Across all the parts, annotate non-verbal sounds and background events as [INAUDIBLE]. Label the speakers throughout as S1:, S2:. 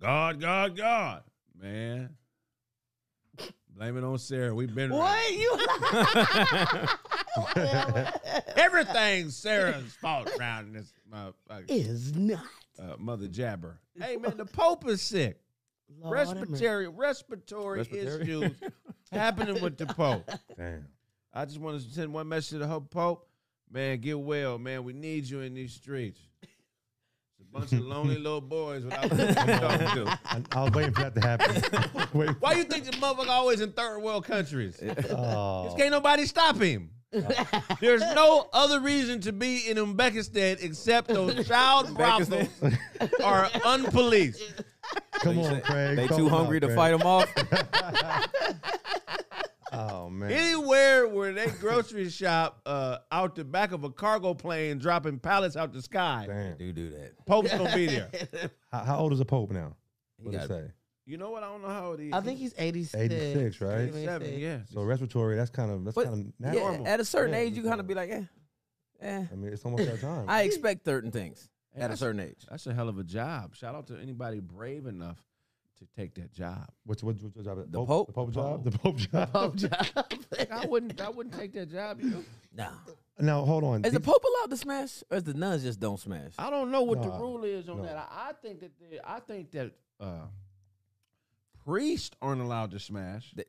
S1: God, God, God. Man. Blame it on Sarah. We've been
S2: What [LAUGHS] you?
S1: Everything's Sarah's fault around this motherfucker.
S2: [LAUGHS] is not.
S1: Uh, mother Jabber. Hey, man, the Pope is sick.
S2: Lord have mercy.
S1: Respiratory, respiratory,
S3: Respiratory?
S1: issues happening with the Pope.
S3: Damn.
S1: I just want to send one message to the Hope Pope. Man, get well, man. We need you in these streets. It's a bunch of lonely little boys without people to talk to.
S4: I, I was waiting for that
S3: [LAUGHS]
S4: to happen. Wait.
S1: Why you think the motherfucker always in third world countries?
S4: Oh.
S1: Just can't nobody stop [LAUGHS] him. There's no other reason to be in Uzbekistan except [LAUGHS] those child brothels are [LAUGHS] unpoliced.
S4: Come on,
S3: [LAUGHS]
S4: Craig.
S3: They
S4: Talk
S3: too
S4: about
S3: hungry
S4: it,
S3: to fight them [LAUGHS] off.
S4: Oh man.
S1: Anywhere where they grocery shop uh, out the back of a cargo plane dropping pallets out the sky,
S4: Damn.
S3: do do that.
S1: Pope's gonna be [LAUGHS] there.
S4: How, how old is the Pope now?
S3: He
S4: What did it
S3: got-
S4: say?
S1: You know what? I don't know how it is.
S2: I think he's 86.
S4: 86, right?
S1: 87,
S2: [LAUGHS]
S1: yeah.
S4: So respiratory. That's kind of that's
S3: But-
S4: kind of
S3: Yeah,
S4: natural.
S3: at a certain
S4: Yeah,
S3: age,
S4: it's
S3: you kind
S4: normal.
S3: of be like, eh, eh.
S4: I mean, it's almost our time.
S3: I expect certain things
S1: Hey,
S3: at a
S1: that's-
S3: certain age.
S1: That's a hell of a job. Shout out to anybody brave enough to take that job.
S4: What's what, what job?
S3: The Pope?
S4: The Pope job. The Pope job.
S2: [LAUGHS]
S1: I wouldn't. I wouldn't take that job. You know?
S3: Nah.
S4: [LAUGHS] Now hold on.
S3: Is the
S4: These-
S3: Pope allowed to smash, or is the nuns just don't smash?
S1: I don't know what the
S4: No,
S1: rule is on
S4: no.
S1: that. I, I think that the, I think that uh, priests aren't allowed to smash.
S3: Th-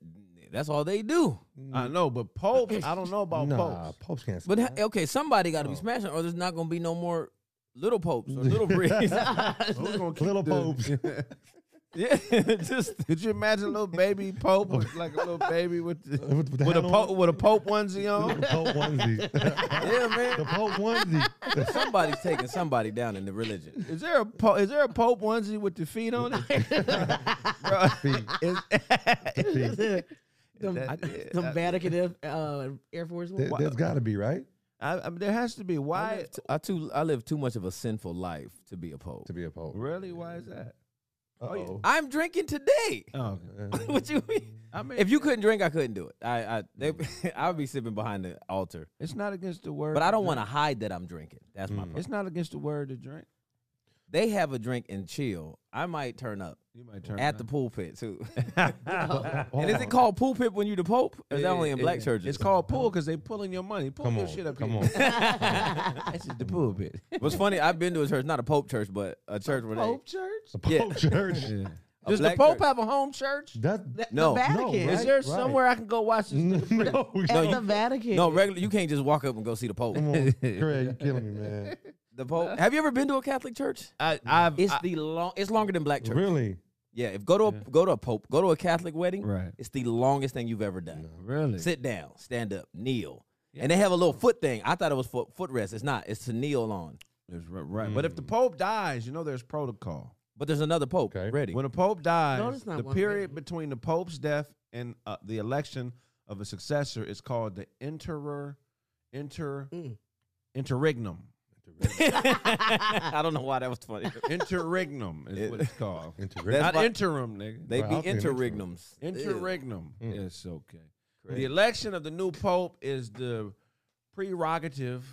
S3: That's all they do.
S1: I know, but popes. I don't know about
S4: [LAUGHS] nah,
S1: popes.
S4: popes can't.
S3: But
S4: smash.
S3: ha- okay, somebody got to be
S4: No.
S3: smashing, or there's not going to be no more little popes [LAUGHS] or little priests.
S1: Who's gonna keep
S4: little
S1: the- [LAUGHS]
S4: popes.
S3: yeah, just
S1: Could you imagine a little baby pope, with, like a little baby with the,
S4: [LAUGHS] With, the
S1: with a
S4: hat
S1: pope
S4: on?
S1: with a pope onesie
S4: The [LAUGHS]
S1: on?
S4: Pope onesie.
S3: yeah, man.
S4: the Pope onesie.
S3: Somebody's taking somebody down in the religion.
S1: Is there a po- is there a pope onesie with the feet on it? [LAUGHS] Bro, is-
S2: Them,
S1: That-
S2: them Vatican uh, Air Force One.
S4: There, has got to be right
S1: I, I mean, there has to be.
S3: I
S1: Why?
S3: live, t- I too I live too much of a sinful life to be a pope.
S4: to be a Pope.
S1: Really? Why is that?
S4: Uh-oh.
S3: I'm drinking today.
S1: Oh,
S4: [LAUGHS]
S3: what you mean?
S1: I mean,
S3: If you couldn't drink, I couldn't do it. I I they, [LAUGHS] I would be sipping behind the altar.
S1: it's not against the word,
S3: But I don't
S1: drink.
S3: want to hide that I'm drinking. That's my problem.
S1: It's not against the word to drink.
S3: They have a drink and chill. I might turn up
S1: You might turn
S3: at the pool pit too.
S1: the.
S4: Hold
S3: and is
S4: on.
S3: it called pool pit when you the pope? Or is that only in black churches?
S1: It's called pool because they pulling your money. Pull
S4: Come
S1: your
S4: on.
S1: shit up
S4: come
S1: here.
S3: [LAUGHS]
S4: on.
S1: This is the pool [LAUGHS] bit.
S3: What's funny? I've been to a church, not a pope church, but a church where
S2: Pope
S3: they
S2: Church?
S4: The Pope
S3: Yeah. [LAUGHS]
S4: Church.
S3: a
S1: Does the
S3: black
S1: Pope
S3: church.
S1: have a home church?
S4: That,
S2: That-
S3: No,
S2: the
S3: no,
S2: Vatican.
S4: right. Mm,
S1: Is there somewhere I can go watch this?
S3: [LAUGHS]
S4: [LAUGHS] no, no,
S2: At the Vatican.
S3: [LAUGHS] no regular. You can't just walk up and go see the pope. [LAUGHS]
S4: come on, Craig, you're killing me, man.
S3: The pope. Have you ever been to a Catholic church?
S1: I, I've
S3: It's
S1: I-
S3: the long. It's longer than black church.
S4: Really?
S3: Yeah. If go to a go to a pope, go to a Catholic wedding.
S1: Right.
S3: It's the longest thing you've ever done.
S1: really.
S3: Sit down, stand up, kneel. And they have a little foot thing. I thought it was foot footrest. It's not. It's to kneel on.
S1: There's ri- right, but if the Pope dies, you know there's protocol.
S3: But there's another pope
S4: Okay.
S3: ready.
S1: When a Pope dies,
S2: there's not
S1: the
S2: one
S1: period between the Pope's death and uh, the election of a successor is called the interer, inter,
S2: Mm.
S1: interregnum.
S3: [LAUGHS] I don't know why that was funny.
S1: Interregnum is what it's
S4: [LAUGHS]
S1: called.
S4: Interregnum.
S1: Not
S3: why-
S1: interim, nigga.
S3: They
S4: Bro, I'll
S3: be
S4: be an interim.
S3: interregnums.
S1: Interregnum.
S4: Mm.
S1: It's okay. The election of the new pope is the prerogative.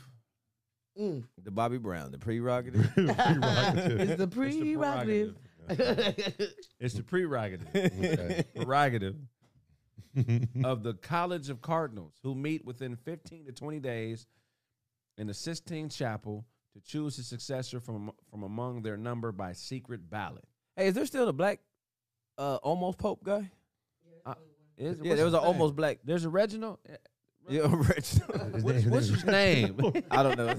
S2: Mm.
S3: The Bobby Brown, the [LAUGHS]
S4: [LAUGHS]
S3: prerogative.
S4: Prerogative.
S2: [LAUGHS] It's the
S1: It's the It's the
S2: prerogative.
S1: prerogative.
S4: [LAUGHS] Okay.
S1: prerogative
S3: [LAUGHS]
S1: of the College of Cardinals, who meet within 15 to 20 days in the Sistine Chapel to choose his successor from from among their number by secret ballot.
S3: hey, is there still a black uh almost pope guy?
S1: Is-
S3: Yeah,
S1: what's
S3: there was
S1: his
S3: an
S1: name?
S3: almost black.
S1: There's a Reginald. eh,
S3: Yeah, [LAUGHS] rich.
S1: What's, what's
S4: [LAUGHS]
S1: his name?
S3: I don't know.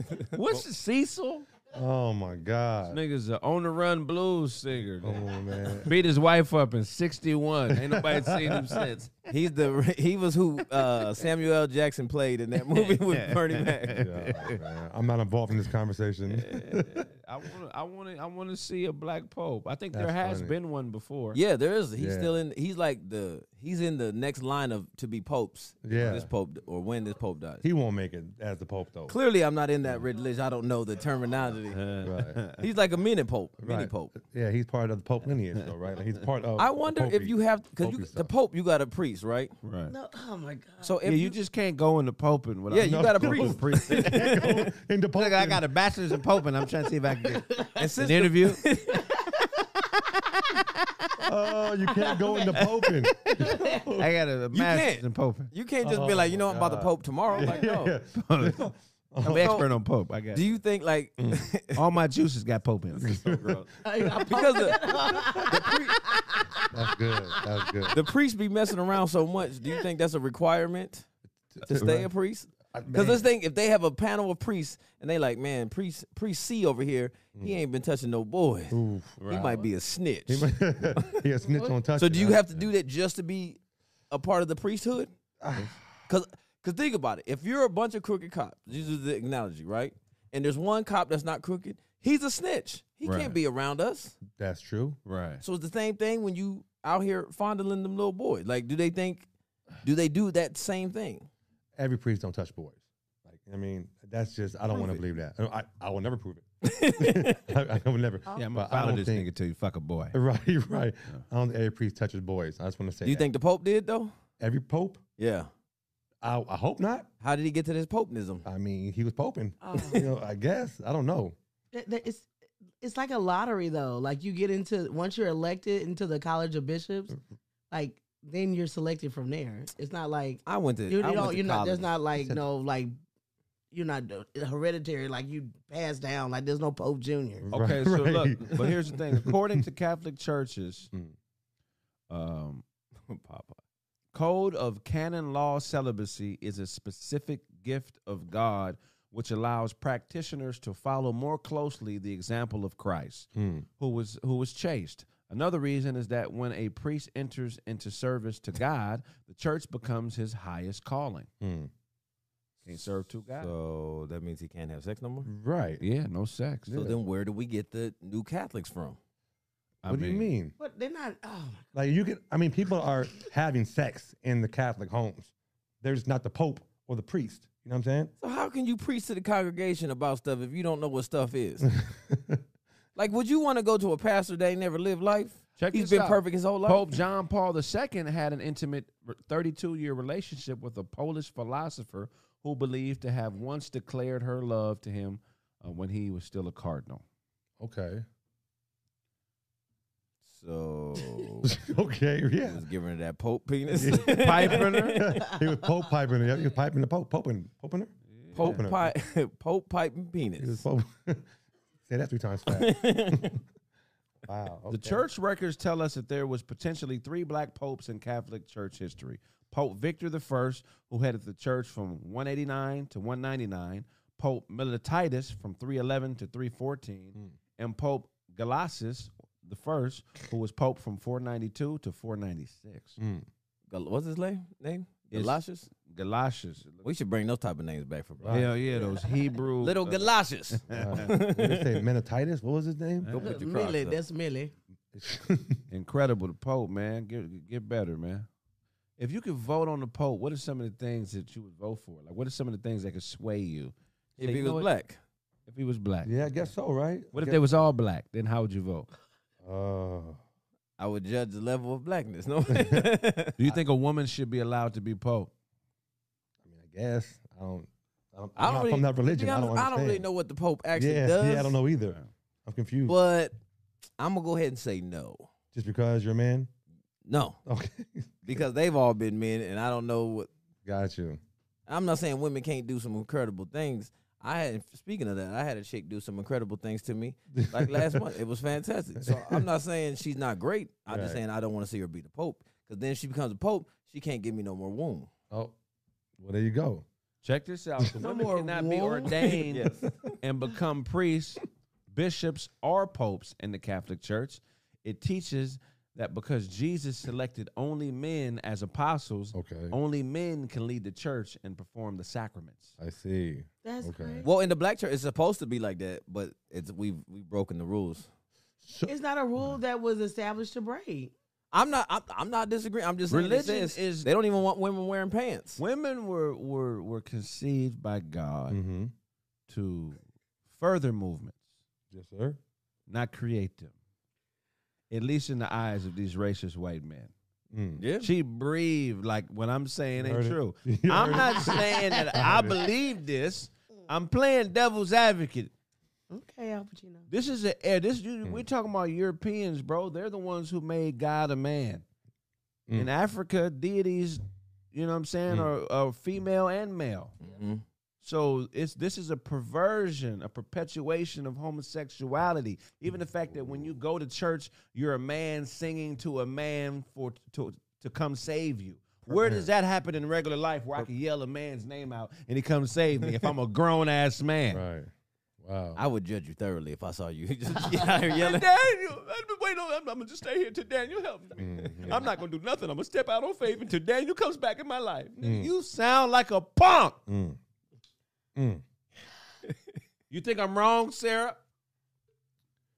S3: [LAUGHS]
S1: what's his Cecil?
S4: Oh my
S1: This
S4: God.
S1: nigga's a on the run blues singer.
S4: Come
S3: [LAUGHS]
S4: on, man.
S1: Beat his wife up in 61. Ain't nobody seen him since.
S3: He's the he was who uh, Samuel L. Jackson played in that movie with Bernie Mac.
S4: God, man. I'm not involved in
S3: [LAUGHS]
S4: this conversation.
S1: I want to. I want to. I want to see a black pope. I think there
S4: That's
S1: has
S4: funny.
S1: been one before.
S3: Yeah, there is. He's
S4: Yeah.
S3: still in. He's like the he's in the next line of to be popes. when
S4: Yeah.
S3: this pope or when this pope dies.
S4: he won't make it as the Pope though.
S3: Clearly, I'm not in that religion. I don't know the terminology.
S4: Right.
S3: He's like a mini pope, mini
S4: Uh, Right.
S3: pope.
S4: Yeah, he's part of the Pope lineage though, right? Like he's part of.
S3: I
S4: the
S3: wonder if
S4: Popey-
S3: you have because
S4: Popey
S3: you, the
S4: stuff.
S3: pope you got a priest, right?
S1: Right.
S2: [LAUGHS] No, oh my God.
S3: So if
S1: yeah, you, just can't go into poping without.
S3: Yeah, you
S4: [LAUGHS] No.
S3: got a priest. [LAUGHS]
S4: Go into Pope.
S3: [LAUGHS]
S1: Look, I got a bachelor's in poping. I'm trying to see if I can get
S3: And
S1: an
S3: since the-
S1: interview.
S4: Oh, you can't go
S3: [LAUGHS]
S4: into poping.
S1: I got a master's
S3: can't.
S1: in poping.
S3: [LAUGHS] You can't just be
S4: Oh,
S3: like, you know,
S4: my
S3: I'm about to
S4: God.
S3: pope tomorrow.
S4: [LAUGHS]
S3: Like, no.
S1: I'm an expert on pope. I got
S3: Do you think like
S4: Mm.
S1: all my juices got pope in them.
S2: I- I-
S3: [LAUGHS] because the,
S4: That's good. That's good.
S3: the priest be messing around so much? Do you think that's a requirement to stay a priest? Because this thing, if they have a panel of priests and they like, man, priest priest C over here, he ain't been touching no boys. He might be a snitch.
S4: [LAUGHS] he a snitch on touch.
S3: So do you have to do that just to be a part of the priesthood? Because think about it. If you're a bunch of crooked cops, this is the analogy, right? And there's one cop that's not crooked, he's a snitch. He
S1: Right.
S3: can't be around us.
S4: That's true.
S1: Right.
S3: So it's the same thing when you out here fondling them little boys. Like, do they think, do they do that same
S1: [LAUGHS]
S3: thing?
S4: Every priest don't touch boys. Like I mean, that's just I don't want to believe that. I, I will never prove
S1: [LAUGHS]
S4: it. [LAUGHS] I, I will never.
S1: Yeah, I'm gonna
S4: But I
S1: follow
S4: don't
S1: this
S4: think-
S1: nigga till you fuck a boy.
S4: Right, right. I don't think every priest touches boys. I just want to say.
S3: Do you
S4: that.
S3: think the Pope did though?
S4: every pope?
S3: Yeah.
S4: I, I hope not.
S3: How did he get to this popenism?
S4: I mean, he was poping.
S2: Oh.
S4: [LAUGHS] You know, I guess I don't know.
S2: that- that it's it's like a lottery though. Like you get into once you're elected into the College of Bishops,
S3: Mm-hmm.
S2: like then you're selected from there. It's not like
S3: I went to.
S2: you, you
S3: I went
S2: don't.
S3: to
S2: You're not. There's
S3: college.
S2: not like no like you're not uh, hereditary. Like you pass down. Like there's no Pope
S3: Mm-hmm.
S2: Junior.
S1: Okay,
S4: Right,
S1: so look,
S4: right.
S1: but here's the thing. According to Catholic churches,
S4: [LAUGHS] Mm. [LAUGHS] Oh,
S1: um, Papa, code of canon law celibacy is a specific gift of God which allows practitioners to follow more closely the example of Christ,
S4: [LAUGHS] Hmm.
S1: who was who was chaste. Another reason is that when a priest enters into service to God, the church becomes his highest calling.
S4: Hmm.
S1: Can't serve two gods.
S3: So that means he can't have sex no more.
S4: Right.
S1: yeah, no sex.
S3: So then, where do we get the new Catholics from?
S1: I
S4: what do you mean?
S2: But they're not. Oh,
S4: Like you can. I mean, people are having sex in the Catholic homes. There's not the Pope or the priest. You know what I'm
S3: So how can you preach to the congregation about stuff if you don't know what
S1: [LAUGHS]
S3: stuff is?
S4: saying?
S3: like, would you want to go to a pastor that ain't never lived life?
S1: Check
S3: He's
S1: this
S3: been
S1: out.
S3: perfect his whole life.
S1: Pope John Paul II had an intimate 32 year relationship with a Polish philosopher who believed to have once declared her love to him uh, when he was still a cardinal.
S4: okay.
S1: [LAUGHS]
S3: So
S4: [LAUGHS] okay.
S3: he
S4: Yeah.
S3: was giving her that Pope penis.
S1: Piping her?
S4: [LAUGHS] he was Pope piping. He was piping the Pope. Poping. Poping her.
S3: Pope
S4: Poping her.
S3: pipe, [LAUGHS] Pope piping
S4: He was
S3: penis.
S4: Pope. [LAUGHS] Say that three times fast. [LAUGHS] wow.
S1: The
S4: okay.
S1: church records tell us that there was potentially three black popes in Catholic church history. Pope Victor I, who headed the church from 189 to 199, Pope Milititis from 311 to 314, and Pope Galasius I, who was pope from 492 to 496.
S4: Mm.
S3: Gal- What's his name? Name?
S1: It's-
S3: Galatius.
S1: Galatius.
S3: We should bring those type of names back for
S4: Right.
S1: Hell yeah, those Hebrew
S3: [LAUGHS] little
S1: uh,
S3: Galatius.
S4: Wow. Did they say Menatitis? What was his name?
S3: Go put your cross
S2: Millie,
S3: up.
S2: that's Millie.
S1: incredible the Pope, man. Get get better, man. If you could vote on the Pope, what are some of the things that you would vote for? Like what are some of the things that could sway you?
S3: If
S1: Say,
S3: he
S1: you know what?
S3: was black,
S1: If he was black.
S4: [LAUGHS] yeah, I guess so, right?
S1: What if
S4: Guess-
S1: they was all black? Then how would you vote?
S4: Oh.
S3: I would judge the level of blackness. [LAUGHS] No.
S1: Do you think a woman should be allowed to be Pope?
S4: I mean, I guess I don't. I don't
S3: I
S4: I'm
S3: don't
S4: not
S3: really-
S4: from that
S3: To
S4: religion.
S3: be
S4: I don't.
S3: honest, I don't,
S4: Understand.
S3: really know what the Pope actually
S4: yeah,
S3: does.
S4: yeah, I don't know either. I'm confused.
S3: But I'm gonna go ahead and say no,
S4: Just because you're a man. [LAUGHS]
S3: no,
S4: Okay,
S3: because they've all been men, and I don't know what.
S4: got you.
S3: I'm not saying women can't do some incredible things. I had speaking of that, I had a chick do some incredible things to me like last month. It was fantastic. So I'm not saying she's not great. I'm just
S4: Right.
S3: saying I don't want to see her be the Pope because then she becomes a Pope. She can't give me no more womb.
S4: Oh, well, there you go.
S1: Check this out. The
S2: [LAUGHS] No
S1: women
S2: more
S1: cannot be
S2: wool?
S1: ordained and become priests, bishops, or popes in the Catholic Church. It teaches that because Jesus selected only men as apostles,
S4: Okay,
S1: Only men can lead the church and perform the sacraments.
S4: I see.
S2: That's
S4: Okay.
S2: crazy.
S3: Well, in the black church, it's supposed to be like that, but it's we've we've broken the rules.
S4: So,
S2: It's not a rule
S3: Mm.
S2: that was established to break.
S3: I'm not. I'm, I'm not disagreeing. I'm just saying it
S1: Religion
S3: says
S1: is-
S3: they don't even want women wearing pants.
S1: Women were were were conceived by God
S2: Mm.
S4: mm-hmm.
S1: to further movements,
S4: Yes, sir.
S1: not create them. At least in the eyes of these racist white men.
S4: Mm.
S3: Yeah.
S1: She breathed like what I'm saying ain't
S4: Heard it.
S1: true.
S4: You
S1: I'm
S4: heard [LAUGHS]
S1: not saying that I believe this. I'm playing devil's advocate.
S2: Okay, Al Pacino.
S1: This is a eh, this you, we're talking about Europeans, bro. They're the ones who made God a man. In Africa, deities, you know what I'm saying, are, are female and male.
S3: Mhm.
S1: So it's this is a perversion, a perpetuation of homosexuality. Even the fact that when you go to church, you're a man singing to a man for to to come save you. Where does that happen in regular life where I can yell a man's name out and he comes save me if I'm a grown ass man?
S4: Right. Wow.
S3: I would judge you thoroughly if I saw you. [LAUGHS] Just get out here yelling.
S1: Daniel, I've been waiting on. I'm, I'm gonna just stay here till Daniel helps me.
S4: Mhm.
S1: I'm not gonna do nothing. I'm gonna step out on faith until Daniel comes back in my life. Nigga, You sound like a punk.
S4: Mm. Mm.
S1: You think I'm wrong, Sarah?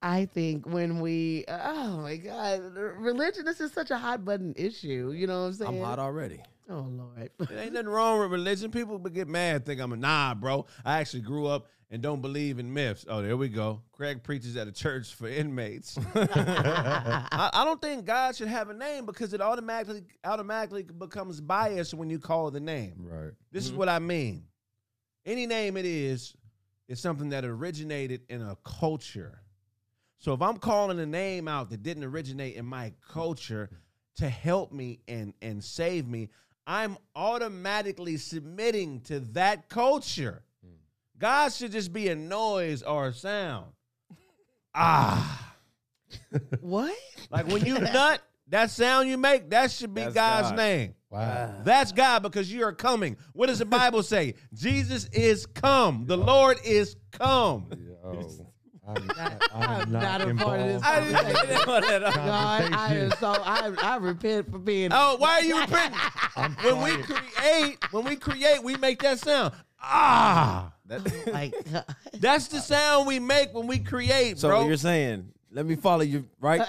S2: I think when we, oh my God, religion, this is such a hot button issue. You know what I'm saying?
S3: I'm hot already. [LAUGHS]
S2: Oh Lord.
S1: There ain't nothing wrong with religion. People would get mad, think I'm a nah, bro. I actually grew up and don't believe in myths. Oh, there we go. Craig preaches at a church for inmates. I, I don't think God should have a name because it automatically automatically becomes biased when you call the name.
S4: Right.
S1: This
S3: Mm-hmm.
S1: is what I mean. Any name it is, is something that originated in a culture. So if I'm calling a name out that didn't originate in my culture to help me and and save me, I'm automatically submitting to that culture.
S3: Mm.
S1: God should just be a noise or a sound. Ah.
S2: what?
S1: Like when
S3: [LAUGHS]
S1: you nut, that sound you make, that should be
S3: That's
S1: God's
S3: God.
S1: name.
S4: Wow.
S1: That's God because you are coming. What does the Bible say? Jesus is come. The Lord is come.
S4: Yo. I'm, I,
S2: I'm
S4: I'm
S2: not
S4: not,
S2: a part of this
S4: involved.
S1: I didn't say that.
S2: God, I [LAUGHS] am so I I repent for being.
S1: Oh, why are you repenting? When we create, when we create, we make that sound. Ah,
S3: That-
S2: Like [LAUGHS]
S1: that's the sound we make when we create,
S3: so
S1: bro.
S3: you're saying, let me follow you, right?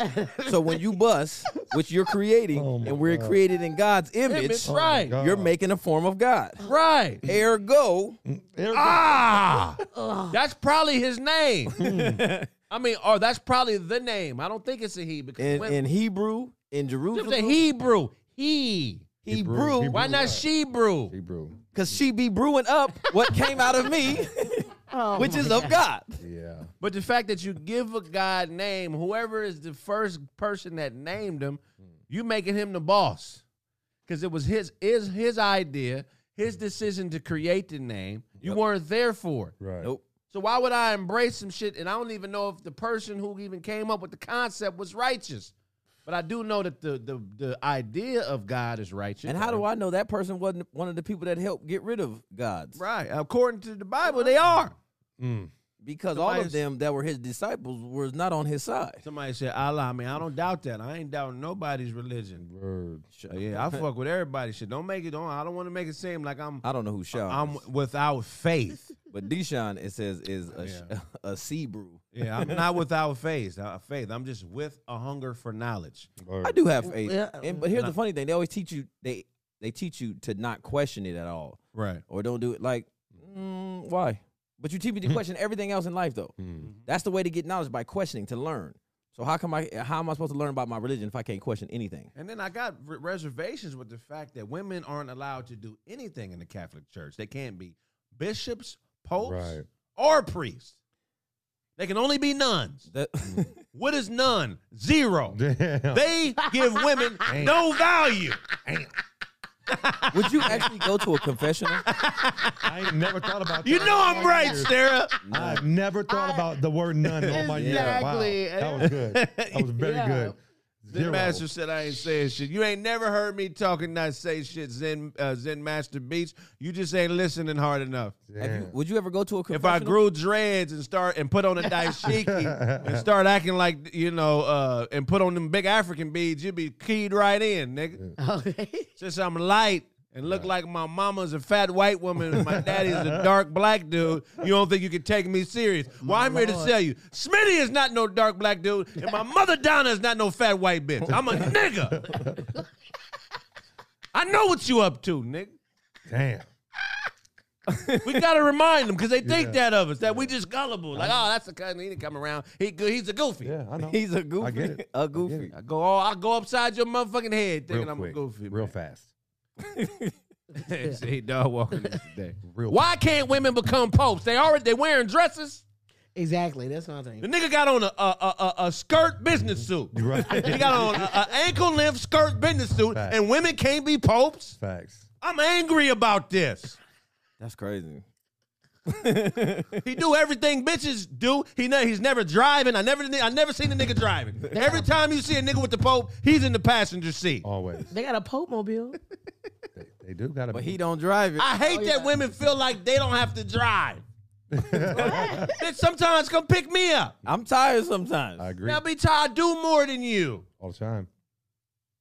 S3: so when you bust, which you're creating,
S4: Oh my
S3: and we're
S4: God.
S3: created in God's image,
S1: Image, right,
S4: God.
S3: you're making a form of God.
S1: right.
S3: Ergo, [LAUGHS]
S1: Ah, that's probably his name.
S3: Hmm.
S1: I mean, or that's probably the name. I don't think it's a he because
S3: in,
S1: when,
S3: in Hebrew, in
S1: it's a
S3: Jerusalem,
S1: Hebrew. He.
S4: Hebrew,
S3: Hebrew,
S4: Hebrew.
S1: Why not she brew?
S4: Hebrew.
S3: because she be brewing up what came out of
S1: [LAUGHS]
S3: me,
S2: oh
S3: [LAUGHS] which
S2: my
S3: is of God.
S4: Yeah.
S1: But the fact that you give a god name, whoever is the first person that named him, you making him the boss. Cause it was his is his idea, his decision to create the name. You weren't there for it.
S4: Right.
S3: Nope.
S1: So why would I embrace some shit and I don't even know if the person who even came up with the concept was righteous. But I do know that the the, the idea of God is righteous.
S3: And how do I know that person wasn't one of the people that helped get rid of gods?
S1: Right. According to the Bible, they are.
S4: Mm.
S3: Because all
S1: Somebody's-
S3: of them that were his disciples was not on his side.
S1: Somebody said Allah. I mean, I don't doubt that. I ain't doubting nobody's religion.
S4: Word.
S1: Uh, yeah, I fuck with everybody. Shit, don't make it. Don't. I don't want to make it seem like I'm.
S3: [LAUGHS] I don't know who Sean
S1: I'm
S3: is,
S1: without [LAUGHS] faith.
S3: but Deshaun it says is a sh
S4: Yeah.
S3: [LAUGHS] a sea brew.
S1: Yeah, I'm not without faith. Uh, faith. I'm just with a hunger for knowledge.
S4: Word.
S3: I do have faith,
S2: Yeah.
S3: and, but here's
S1: And
S3: the funny thing: they always teach you they they teach you to not question it at all,
S1: Right.
S3: or don't do it. Like, mm, why? But you teach me to
S4: [LAUGHS]
S3: question everything else in life, though.
S4: Mm.
S3: That's the way to get knowledge by questioning to learn. So how come I how am I supposed to learn about my religion if I can't question anything?
S1: And then I got re- reservations with the fact that women aren't allowed to do anything in the Catholic Church. They can't be bishops, popes,
S4: Right.
S1: or priests. They can only be nuns.
S3: That- [LAUGHS]
S1: What is nun? Zero.
S4: Damn.
S1: They give [LAUGHS] women no value.
S3: would you actually go to a confessional?
S4: I ain't never thought about that.
S1: You know I'm
S4: in
S1: right, [LAUGHS]
S4: years.
S1: Sarah.
S4: I've never thought about the word none all my years. Wow.
S2: Exactly.
S4: That was good. That was very
S2: Yeah.
S4: good.
S1: Zen
S4: Zero.
S1: Master said I ain't saying shit. You ain't never heard me talking, not say shit. Zen uh, Zen Master Beats. You just ain't listening hard enough.
S3: Have you,
S4: Damn.
S3: would you ever go to a
S1: If I
S3: confessional?
S1: grew dreads and start and put on a daishiki and start acting like you know uh, and put on them big African beads, you'd be keyed right in, nigga.
S2: Okay.
S1: Since I'm light and look like my mama's a fat white woman and my daddy's a dark black dude, you don't think you can take me serious? Well, I'm here to
S2: Lord.
S1: tell you, Smitty is not no dark black dude, and my mother Donna is not no fat white bitch. I'm a nigga. I know what you up to, nigga.
S4: Damn.
S1: We gotta remind them because they think that of us that we just gullible. Like, oh, that's the kind he didn't come around. He good. He's a goofy.
S4: Yeah, I
S3: [LAUGHS]
S4: know.
S3: He's a goofy.
S4: I get it. I
S3: A
S4: get
S3: goofy.
S1: I go all. I go upside your motherfucking head thinking
S4: Real
S1: I'm
S4: quick.
S1: a goofy.
S4: Real
S1: man.
S4: fast.
S1: [LAUGHS] See, dog walking this today.
S4: Real
S1: Why can't women become popes? They already they wearing dresses.
S2: Exactly. That's what I'm
S1: The
S2: thinking.
S1: nigga got on a a, a, a, a skirt business suit.
S4: Right.
S1: he got on a, a ankle length skirt business suit,
S4: Facts.
S1: and women can't be popes.
S4: Facts.
S1: I'm angry about this.
S3: That's crazy.
S1: He do everything bitches do. He ne- he's never driving. I never I never seen a nigga driving. Every time you see a nigga with the pope, he's in the passenger seat.
S4: Always.
S2: They got a Pope
S3: [LAUGHS]
S2: mobile.
S4: they, they do gotta
S3: But
S4: be.
S3: he don't drive it.
S1: I hate
S2: yeah.
S1: that women feel like they don't have to drive. [LAUGHS] Bitch, sometimes come pick me up.
S3: I'm tired sometimes.
S4: I agree
S1: Now, bitch, I do more than you.
S4: all the time.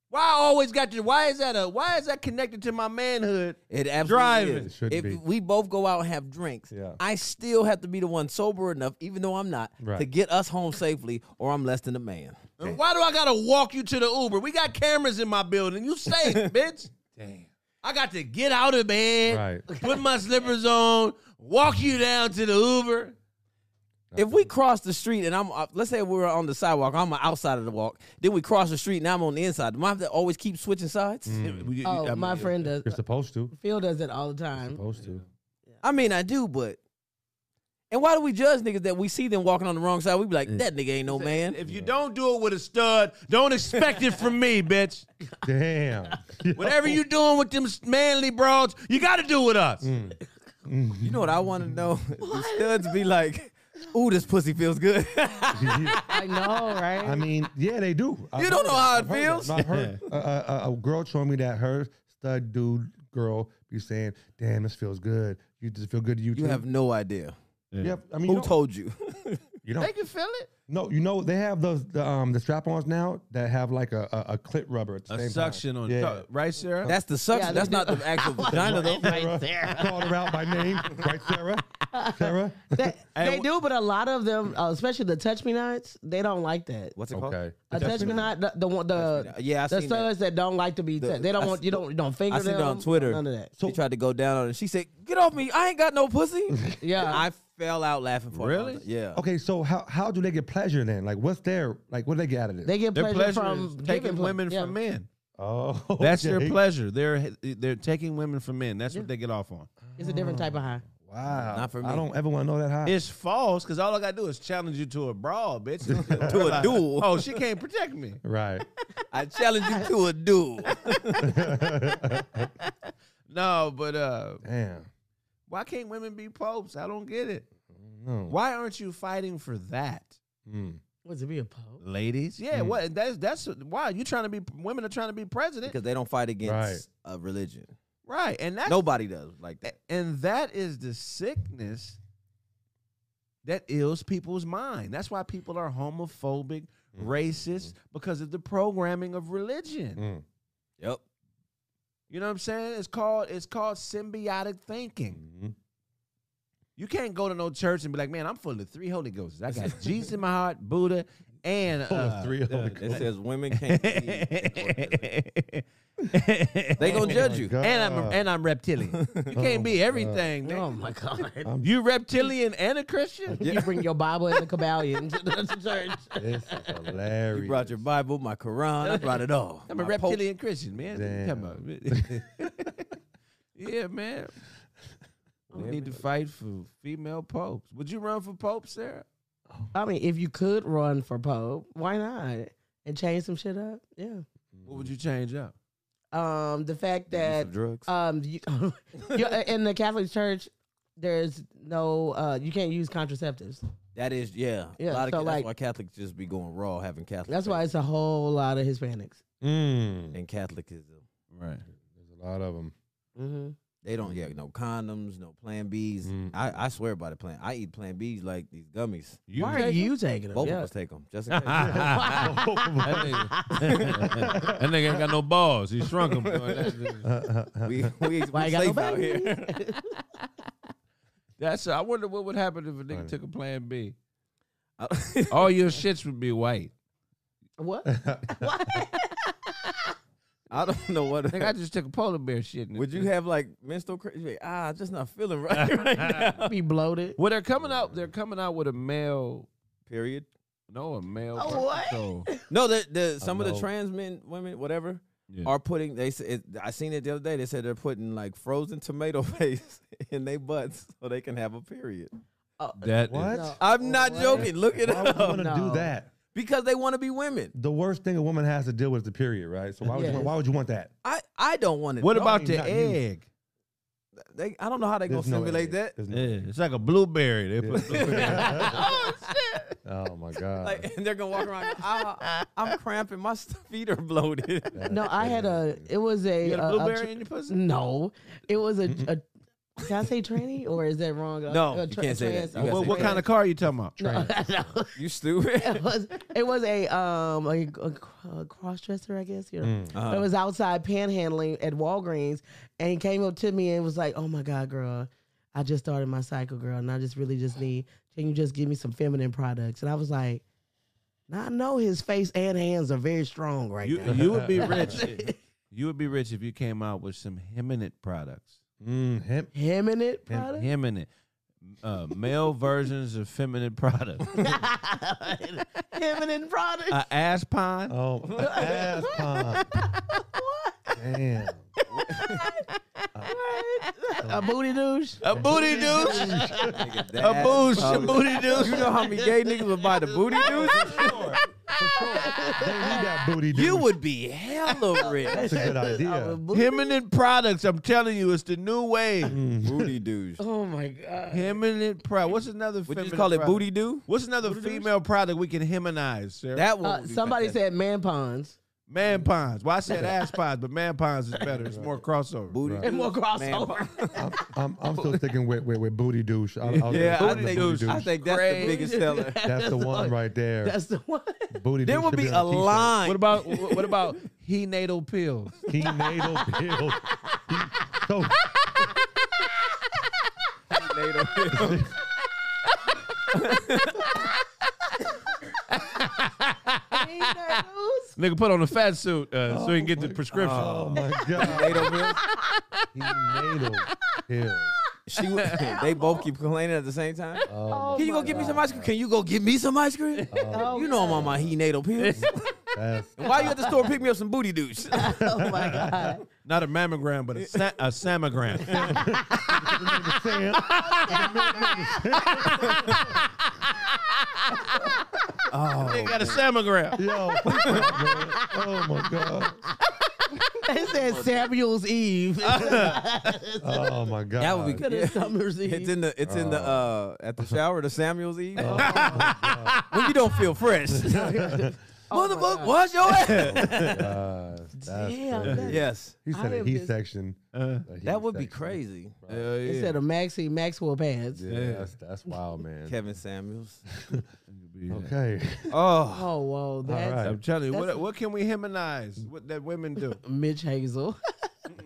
S1: Why I always got to? Why is that a? Why is that connected to my manhood?
S3: It absolutely
S1: Driving.
S3: is.
S4: It should
S3: if
S4: be.
S3: we both go out and have drinks,
S4: Yeah.
S3: I still have to be the one sober enough, even though I'm not,
S4: Right.
S3: to get us home safely, or I'm less than a man.
S1: And why do I gotta walk you to the Uber? We got cameras in my building. You [LAUGHS] safe, bitch. Damn. I got to get out of bed,
S4: Right.
S1: put my slippers on, walk you down to the Uber.
S3: If we cross the street and I'm, uh, let's say we were on the sidewalk, I'm outside of the walk. Then we cross the street and I'm on the inside. Do I have to always keep switching sides?
S4: Mm.
S2: Oh, my friend does.
S4: You're supposed to.
S2: Phil does it all the time.
S4: Supposed to.
S3: I mean, I do, but. And why do we judge niggas that we see them walking on the wrong side? We be
S4: Mm.
S3: like, that nigga ain't no man.
S1: If you don't do it with a stud, don't expect it from me, bitch.
S4: Damn.
S3: [LAUGHS]
S1: Whatever you doing with them manly broads, you got to do with us.
S4: Mm.
S3: You know what I want
S2: [LAUGHS]
S3: to know? The studs be like, ooh, this pussy feels good.
S2: I know, right?
S3: [LAUGHS]
S4: [LAUGHS] I mean, yeah, they do. I've
S3: You don't
S4: heard
S3: know how
S4: I've
S3: it
S4: heard that.
S3: feels?
S4: No,
S3: [LAUGHS]
S4: I've heard- a, a- a- a girl told me that her stud dude girl be saying, "Damn, this feels good. You just feel good to you,
S3: [LAUGHS] you
S4: too?"
S3: have no idea.
S4: Yep. I mean,
S3: Who
S4: you don't,
S2: [LAUGHS]
S3: told you?
S4: you don't.
S1: can feel it.
S4: No, you know they have those the, um the strap-ons now that have like a a, a clit rubber. At the
S1: A
S4: same
S1: suction
S4: time.
S1: on
S4: yeah.
S1: top, right, Sarah?
S3: That's the
S2: Yeah,
S3: suction.
S2: [LAUGHS] they
S3: That's
S2: do.
S3: not the actual
S2: I
S3: vagina, though.
S2: wasn't right
S4: I
S2: there.
S3: [LAUGHS]
S4: called her out by name, right, Sarah? Sarah.
S2: They,
S1: Hey,
S2: they do, but a lot of them, uh, especially the touch me nots, they don't like that.
S3: What's it called?
S4: Okay.
S2: A touch me not the, the one
S3: me
S2: the
S3: not. Yeah, I
S2: the
S3: seen that.
S2: sons that don't like to be touched. They don't
S3: I
S2: want
S3: s-
S2: you don't you don't finger
S3: I seen it
S2: them,
S3: on Twitter.
S2: None of that.
S3: she tried to go down on it. She said, "Get off me! I ain't got no pussy."
S2: [LAUGHS] Yeah. Oh.
S3: I fell out laughing. For her.
S1: Really?
S3: Yeah.
S4: Okay, so how how do they get pleasure then? Like, what's their like? What do they get out of this?
S2: They get
S1: Their
S2: pleasure,
S1: pleasure
S2: from
S1: is
S2: giving
S1: taking
S2: ple-
S1: women
S2: yeah.
S1: from men.
S4: oh,
S1: That's their
S4: okay.
S1: pleasure. They're they're taking women from men. That's what they get off on.
S2: It's a different type of high.
S4: Wow.
S3: Not for me.
S4: I don't ever want to know that
S1: [LAUGHS]
S4: high.
S1: It's false because all I gotta do is challenge you to a brawl,
S3: [LAUGHS]
S1: bitch.
S3: To a duel.
S1: Oh, she can't protect me.
S4: right.
S3: I challenge you to
S2: [LAUGHS]
S3: a duel.
S1: No, but uh,
S4: Damn.
S1: why can't women be popes? I don't get it.
S4: No.
S1: Why aren't you fighting for that,
S4: Mm.
S2: What's it be
S1: [LAUGHS]
S2: a pope?
S1: ladies? Yeah,
S3: Hmm.
S1: what? That's that's why you trying to be. Women are trying to be president,
S3: because they don't fight against
S4: Right.
S3: a religion.
S1: right? And that's
S3: Nobody does like that.
S1: and that is the sickness that ills people's mind. That's why people are homophobic,
S3: Hmm.
S1: racist, because of the programming of religion.
S4: Mm.
S3: Yep.
S1: You know what I'm saying? It's called it's called symbiotic thinking.
S4: Mhm.
S1: You can't go to no church and be like, man, I'm full of three Holy Ghosts. I got Jesus in my heart, Buddha, and
S4: Full of
S1: uh, [LAUGHS]
S4: three
S1: the-
S4: Holy
S1: the-
S3: It says [LAUGHS] women can't. be- they [LAUGHS]
S1: they
S3: gonna judge you.
S4: God.
S1: and I'm and I'm reptilian. You can't be everything.
S2: Oh
S1: nigga.
S2: my god!
S1: You reptilian and a Christian?
S2: You bring your Bible and the Kabbalion to the [LAUGHS] church.
S4: This is hilarious.
S3: You brought your Bible, my Quran. I brought it all.
S1: I'm a
S3: My Pope-
S1: reptilian Christian, man. What you talking about? [LAUGHS] yeah, man. We need to fight for female popes. Would you run for pope, Sarah?
S2: I mean, if you could run for pope, why not? And change some shit up. Yeah.
S1: What would you change up?
S2: Um, the fact that
S3: drugs.
S2: um, you, you, [LAUGHS] in the Catholic Church, there's no uh, you can't use contraceptives.
S3: That is, yeah.
S2: Yeah,
S3: a lot of,
S2: so
S3: that's
S2: like-
S3: why Catholics just be going raw having Catholic.
S2: That's why it's a whole lot of Hispanics.
S4: Mm.
S3: and Catholicism.
S1: Right.
S4: There's a lot of them.
S2: Mm-hmm.
S3: They don't yeah, no condoms, no plan B's.
S4: Mm.
S3: I, I swear by the plan. I eat plan B's like these gummies.
S1: You
S2: Why are
S1: take
S2: you taking them?
S3: Both
S2: Yeah.
S3: of us take them. Just in
S1: [LAUGHS]
S3: case.
S1: that,
S4: [LAUGHS]
S1: [LAUGHS] nigga, that nigga ain't got no balls. He shrunk him.
S3: we we,
S2: Why
S3: we
S2: you got no
S3: safe out
S2: baby?
S3: here.
S1: That's. I wonder what would happen if a nigga took a Plan B.
S3: I-
S1: All your shits would be white.
S2: [LAUGHS] What?
S3: [LAUGHS] I don't know what.
S1: Nigga, I just took a polar bear shit. in
S3: [LAUGHS] would
S1: this [LAUGHS]
S3: you
S1: bitch.
S3: have like menstrual crazy? Like, ah, I'm just not
S1: [LAUGHS]
S3: feeling right right now.
S2: Be bloated.
S1: Well, they're coming out. They're coming out with a male.
S3: Period.
S1: No, a male.
S2: A
S1: birth
S2: what?
S1: [LAUGHS] control.
S3: No, the the some of the
S4: no.
S3: trans men, women, whatever,
S1: Yeah.
S3: are putting. They said I seen it the other day. They [LAUGHS] said they're putting like frozen tomato paste in their butts so they can have a period.
S1: That
S4: What?
S2: No.
S3: I'm not
S2: Oh, What?
S1: [LAUGHS]
S3: joking. Look it [LAUGHS]
S4: Why would you
S3: up.
S4: want to
S2: No.
S4: do that?
S3: Because they want to be women.
S4: The worst thing a woman has to deal with is the period, right? So why would you
S2: Yes.
S4: want, why would you want that?
S3: I, I don't want it.
S1: What
S3: No,
S1: about
S4: ain't
S1: the
S4: not you.
S1: egg?
S3: they, I don't know how they gonna
S4: There's no
S3: simulate
S4: egg.
S3: that.
S4: There's no
S1: Yeah,
S4: egg.
S1: it's like a blueberry. [LAUGHS] They put
S4: [LAUGHS]
S3: oh shit!
S4: Oh my god.
S3: Like, and [LAUGHS] they're gonna walk around.
S4: [LAUGHS]
S3: I, I'm cramping. My [LAUGHS] feet are bloated.
S4: That's
S2: No, I had a.
S4: crazy.
S2: It was a.
S1: you got a
S2: uh, a
S1: blueberry
S2: tr-
S1: in your pussy. Mm-hmm.
S2: no, it was a. a can I say tranny or is that wrong? A-
S3: No,
S2: a
S3: you can't say
S2: trans-
S3: that. You
S2: okay.
S3: gotta
S1: What,
S3: say
S1: what
S3: that.
S1: kind of car are you talking about?
S2: No, [LAUGHS] no.
S3: You stupid.
S2: it was it was a um a, cross dresser, I guess. You
S1: Mm.
S2: know,
S4: Mm,
S3: Uh-huh.
S2: it was outside panhandling at Walgreens, and he came up to me and was like, "Oh my God, girl, I just started my cycle, girl, and I just really just need. Can you just give me some feminine products?" And I was like, "Now I know his face and hands are very strong right
S1: You
S3: [LAUGHS]
S2: now."
S1: you would [LAUGHS] be rich. you would be rich if you came out with some heminid products.
S4: Mm, hemp.
S2: Feminine products.
S1: Heminid, uh, male versions of feminine [LAUGHS] products.
S2: Feminine
S3: [LAUGHS]
S2: products.
S1: A ass pine.
S4: Oh, a ass pump.
S3: [LAUGHS]
S4: Damn.
S2: a booty douche.
S1: a booty [LAUGHS] douche.
S3: A boosh, a booty dude. You know how many gay niggas would
S4: [LAUGHS]
S3: buy the booty dudes?
S4: They need that booty.
S3: you
S4: juice.
S3: would be hella rich.
S4: That's
S3: [LAUGHS]
S4: a good idea.
S1: Heminid products. I'm telling you, it's the new way.
S3: booty dudes.
S2: [LAUGHS] Oh my god.
S1: Heminid product. What's another?
S3: Would you
S1: feminine
S3: just call it
S1: product?
S3: booty do?
S1: What's another female product we can heminize? Sarah?
S3: That one.
S2: Uh,
S3: would be
S2: somebody
S3: fantastic.
S2: said man ponds.
S1: man pines. Well, I
S3: [LAUGHS]
S1: said ass pines, but man pines is better. It's more crossover.
S3: booty.
S4: Right.
S2: And more
S3: dudes,
S2: [LAUGHS]
S3: man
S2: crossover.
S4: I'm, I'm, I'm still sticking with, with, with booty douche. I, I was
S3: Yeah,
S4: gonna
S3: I
S4: say booty
S3: think, I think that's
S2: [LAUGHS]
S3: the biggest
S4: [LAUGHS]
S3: seller.
S4: That's the one right there.
S2: That's the one. [LAUGHS]
S4: booty
S3: There
S4: douche
S3: would
S4: should
S3: be a
S4: on t-shirt.
S3: line. [LAUGHS]
S1: What about wh- what about [LAUGHS] he natal pills?
S3: [LAUGHS]
S4: Prenatal pills. So
S1: Nigga, put on a fat suit uh, so he can get the prescription.
S4: Oh my god.
S3: Nato pills?
S4: Prenatal pills.
S3: She would, they both keep complaining at the same time.
S4: Oh,
S3: Can you go get me some ice cream? Can you go get me some ice cream?
S4: Oh.
S3: you know I'm on my he natal pills. [LAUGHS]
S4: that's
S3: Why you at the store pick me up some booty dudes?
S2: oh
S3: [LAUGHS]
S2: my god.
S1: Not a mammogram, but a, sa- a [LAUGHS] samogram.
S4: Sam.
S1: they got a samogram.
S4: Yo, [LAUGHS] please stop, man. oh my god.
S2: They said Samuel's [LAUGHS] Eve.
S4: Oh my god.
S3: That would be good.
S2: Could have Summer's Eve.
S3: It's in the it's in the uh at the shower, the Samuel's Eve. [LAUGHS] when you don't feel fresh. [LAUGHS] Motherfucker, wash your ass.
S4: God, that's
S2: Damn,
S4: crazy.
S2: that-
S3: yes.
S4: He said
S2: I
S4: a
S2: am
S4: he
S2: just-
S4: section.
S1: Uh,
S4: a he
S3: That would be
S4: section.
S3: crazy.
S1: hell yeah.
S2: They said a Maxi Maxwell pants.
S4: Yeah, that's that's wild, man.
S3: Kevin Samuels. [LAUGHS]
S4: Okay.
S3: Oh.
S2: Oh whoa, that's
S4: right.
S1: I'm telling you, what,
S2: That's-
S1: what can we heminize? What that women do?
S2: Mitch Hazel.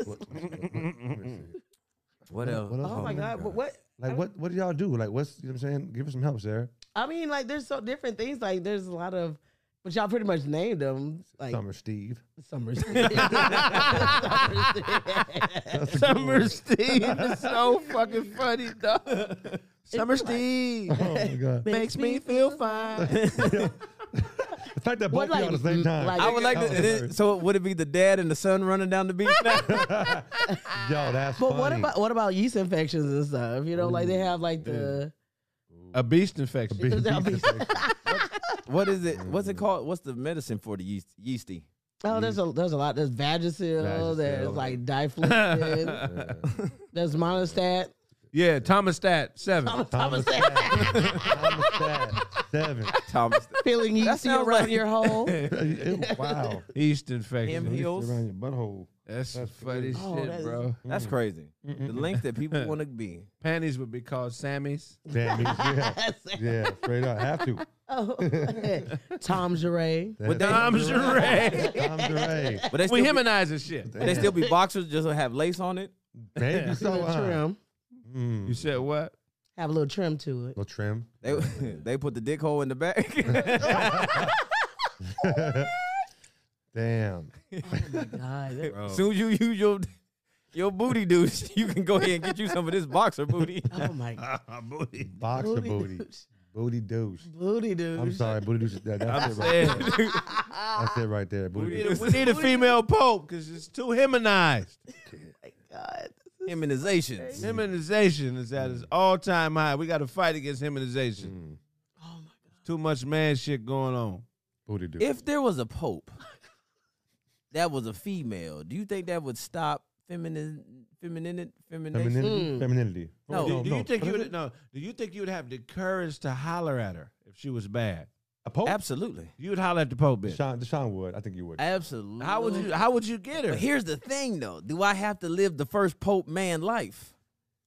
S3: What else?
S4: What
S2: [LAUGHS]
S4: else?
S2: Oh, my god. But what
S4: Like what what do y'all do? Like what's you know what I'm saying? Give us some help, Sarah.
S2: I mean, like there's so different things. Like there's a lot of but y'all pretty much named them like [LAUGHS]
S4: Summer Steve.
S2: Summer's.
S1: [LAUGHS] Summer Steve is [LAUGHS] so fucking funny, dog. Summer Steve
S4: Oh my god.
S1: makes me feel fine.
S4: The fact that
S2: What,
S4: both of y'all at
S2: like,
S4: the same time.
S2: like-
S3: I would like to
S4: Oh,
S3: and then,
S4: sorry.
S3: so would it be the dad and the son running down the beach now?
S4: Yo, that's
S2: But
S4: funny.
S2: what
S4: [LAUGHS]
S2: about what about yeast infections and stuff? You know, like they have like the
S1: A beast infection.
S2: [LAUGHS]
S4: Big
S2: That'll be-
S4: beef section.
S3: what is it? What's it called? What's the medicine for the yeast yeasty?
S2: oh, there's a there's a lot. There's Vagisil,
S4: Vagisil.
S2: there's like diflucin,
S4: Yeah.
S2: there's [LAUGHS] monostat.
S1: [LAUGHS] Yeah, Thomas Stat seven.
S4: Thomas Stat. Thomas Stat. Seven.
S3: Thomas
S2: Feeling yeasty
S3: sounds
S2: around
S3: like-
S2: your hole. [LAUGHS]
S4: wow.
S1: East infection.
S3: Him, heels.
S4: Around your butthole.
S1: That's, funny
S2: Oh,
S1: shit,
S2: that is-
S1: bro.
S3: That's crazy. The length that people want to be.
S1: Panties would be called Sammy's.
S4: Damn, yeah. Yeah, straight up. Have to.
S2: [LAUGHS] Oh, Tom Jarre.
S4: That's-
S1: [LAUGHS] Dom's Ray.
S4: Tom Duray.
S3: But they
S1: We
S3: still, be,
S1: heminizing shit.
S4: [LAUGHS]
S3: they still be boxers just don't have lace on it.
S4: Maybe so.
S2: Little
S4: Uh,
S2: trim.
S4: mm.
S1: You said what?
S2: Have a little trim to it.
S4: Little trim.
S3: They [LAUGHS] they put the dick hole in the back. [LAUGHS] [LAUGHS]
S4: Damn.
S2: God, that-
S1: Bro.
S3: soon as you use your your booty douche, [LAUGHS] you can go ahead and get you some of this boxer booty.
S2: oh my god.
S1: booty.
S4: Boxer
S2: Booty
S4: booty. Booty,
S2: douche.
S4: douche.
S2: Booty dude.
S4: I'm sorry, booty douche. That, that's, it right,
S1: Yeah.
S4: that's it right there.
S1: [LAUGHS]
S4: Booty
S1: We
S4: douche.
S1: need a, we need a female pope because it's too heminized.
S2: God.
S3: immunizations.
S1: Mm. Immunization is at its all time high. We got to fight against immunization.
S4: Mm,
S2: Oh my
S1: Too much man shit going on.
S4: booty do.
S3: If there was a pope that was a female, do you think that would stop feminine feminine feminine?
S4: femininity.
S2: Mm.
S4: Femininity.
S3: No.
S1: do, do you think
S4: What
S1: you
S4: is
S1: would
S4: it?
S1: no? Do you think you would have the courage to holler at her if she was bad?
S4: a pope?
S3: Absolutely.
S1: You would holler at the Pope, bitch.
S4: Deshaun, Deshaun would. I think you would.
S3: Absolutely.
S1: How would you? How would you get her?
S3: But here's the thing though. Do I have to live the first pope man life?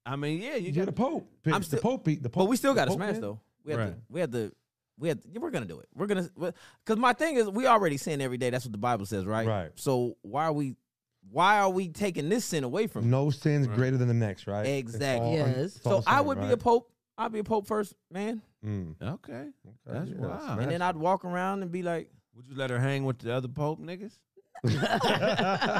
S1: I mean, yeah, you
S4: You're the
S1: got.
S4: pope.
S3: I'm
S4: Bitch,
S3: still-
S4: the pope. beat- The pope.
S3: But we still
S4: the
S3: got to
S4: pope,
S3: smash
S4: man.
S3: though. We have to.
S1: Right.
S3: We have to. We have. To, we're gonna do it. We're gonna. Because my thing is, we already sin every day. That's what the Bible says, right?
S4: Right.
S3: So why are we? Why are we taking this sin away from? you?
S4: No sin's greater than the next, right? It's
S3: Exactly.
S4: all un-
S2: Yes.
S4: it's all
S3: So I
S4: sin,
S3: would be a
S4: right?
S3: pope. I'd be a pope first, man,
S4: Mm.
S1: Okay.
S4: Okay,
S1: That's
S4: yeah,
S1: wild.
S4: smash.
S3: and then I'd walk around and be like,
S1: Would you let her hang with the other Pope
S4: [LAUGHS]
S1: niggas? [LAUGHS]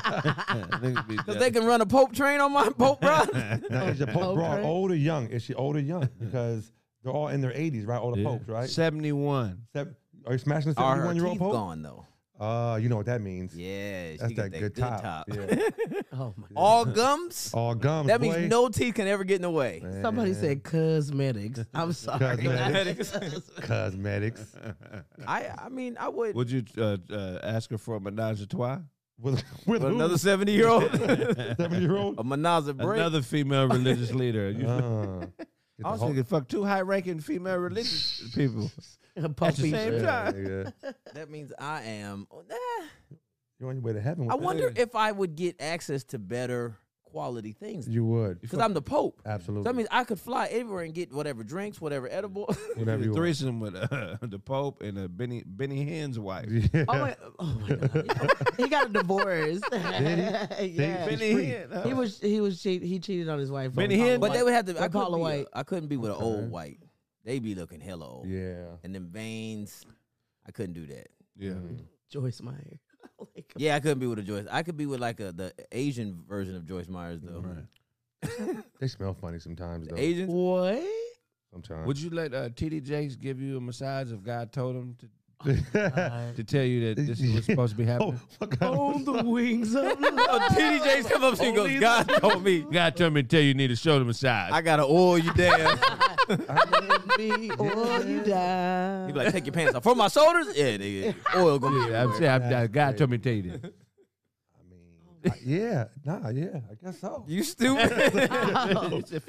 S3: because they can run a pope train on my [LAUGHS] pope,
S4: [LAUGHS]
S3: bro.
S4: Now, is your pope broad
S2: Okay.
S4: old or young? Is she old
S3: [LAUGHS]
S4: or young? Because they're all in their 80s, right? All the popes, right?
S1: Seventy-one.
S4: Sep- are you smashing the
S3: Are her
S4: 71 year
S3: teeth
S4: old pope?
S3: gone though?
S4: Uh, you know what that means.
S3: Yeah,
S4: That's
S3: she got
S4: that good top.
S3: [LAUGHS]
S4: Yeah.
S2: god. Oh my.
S3: All gums.
S4: All gums.
S3: that
S4: boy.
S3: means no teeth can ever get in the way.
S4: [LAUGHS] Man.
S2: Somebody said cosmetics. I'm sorry. [LAUGHS]
S4: Cosmetics. cosmetics.
S3: I. I mean, I would.
S1: Would you uh, uh, ask her for a menage a trois?
S4: [LAUGHS]
S1: [LAUGHS]
S4: With, with
S3: But another 70 year old,
S4: [LAUGHS]
S3: a
S4: 70 year
S3: [LAUGHS]
S4: old.
S3: Manaza break.
S1: Another female religious leader.
S4: Uh-huh.
S1: You,
S4: Uh,
S1: I was thinking, fuck, two high-ranking female religious [LAUGHS] people.
S2: At
S1: the same time.
S3: that means I am. nah.
S4: You're on your way to heaven.
S3: I
S4: with that.
S3: wonder if I would get access to better quality things
S4: You would.
S3: because I'm the Pope. So
S4: Absolutely.
S3: that means I could fly everywhere and get whatever drinks, whatever edible.
S4: Whatever you want.
S1: threesome with uh, [LAUGHS] the Pope and uh, Benny Benny Hinn's wife.
S4: [LAUGHS] Yeah.
S2: Oh my, oh my god. [LAUGHS] he got a divorce. [LAUGHS] yeah.
S4: Did
S1: Benny
S4: free.
S1: Hinn. huh?
S2: He was he was cheat, he cheated on his wife. on
S1: Benny Hinn?
S2: Paula
S3: but they
S2: White.
S3: would have to. I
S2: But
S3: couldn't,
S2: Paula
S3: be,
S2: White.
S3: I couldn't be with an old
S4: Okay.
S3: white. They be looking hella old.
S4: Yeah.
S3: And them veins, I couldn't do that.
S1: yeah.
S2: Joyce Meyer. [LAUGHS] like,
S3: Yeah, I couldn't be with a Joyce. I could be with like a the Asian version of Joyce Myers though.
S4: They smell funny sometimes, though.
S3: Asians. [LAUGHS]
S2: What?
S4: Sometimes.
S1: Would you let uh, TD Jakes give you a massage if God told him to,
S4: [LAUGHS]
S2: Uh,
S1: to tell you that this is [LAUGHS] what's supposed to be
S4: oh,
S1: happening? Oh,
S4: what kind of
S2: on the wings of love.
S3: TD Jakes come up to you
S1: [LAUGHS]
S3: and goes, God told me.
S1: God told me to tell you you need a shoulder massage.
S3: I gotta oil you down.
S2: me or you die.
S3: He'd be like, take your pants off. From my shoulders? Yeah, nigga. Oil gonna be
S1: yeah, I'm
S3: everywhere.
S1: saying, I'm- I- God told me to tell you that.
S4: I mean, I- yeah, nah, yeah, I guess so.
S3: You stupid. I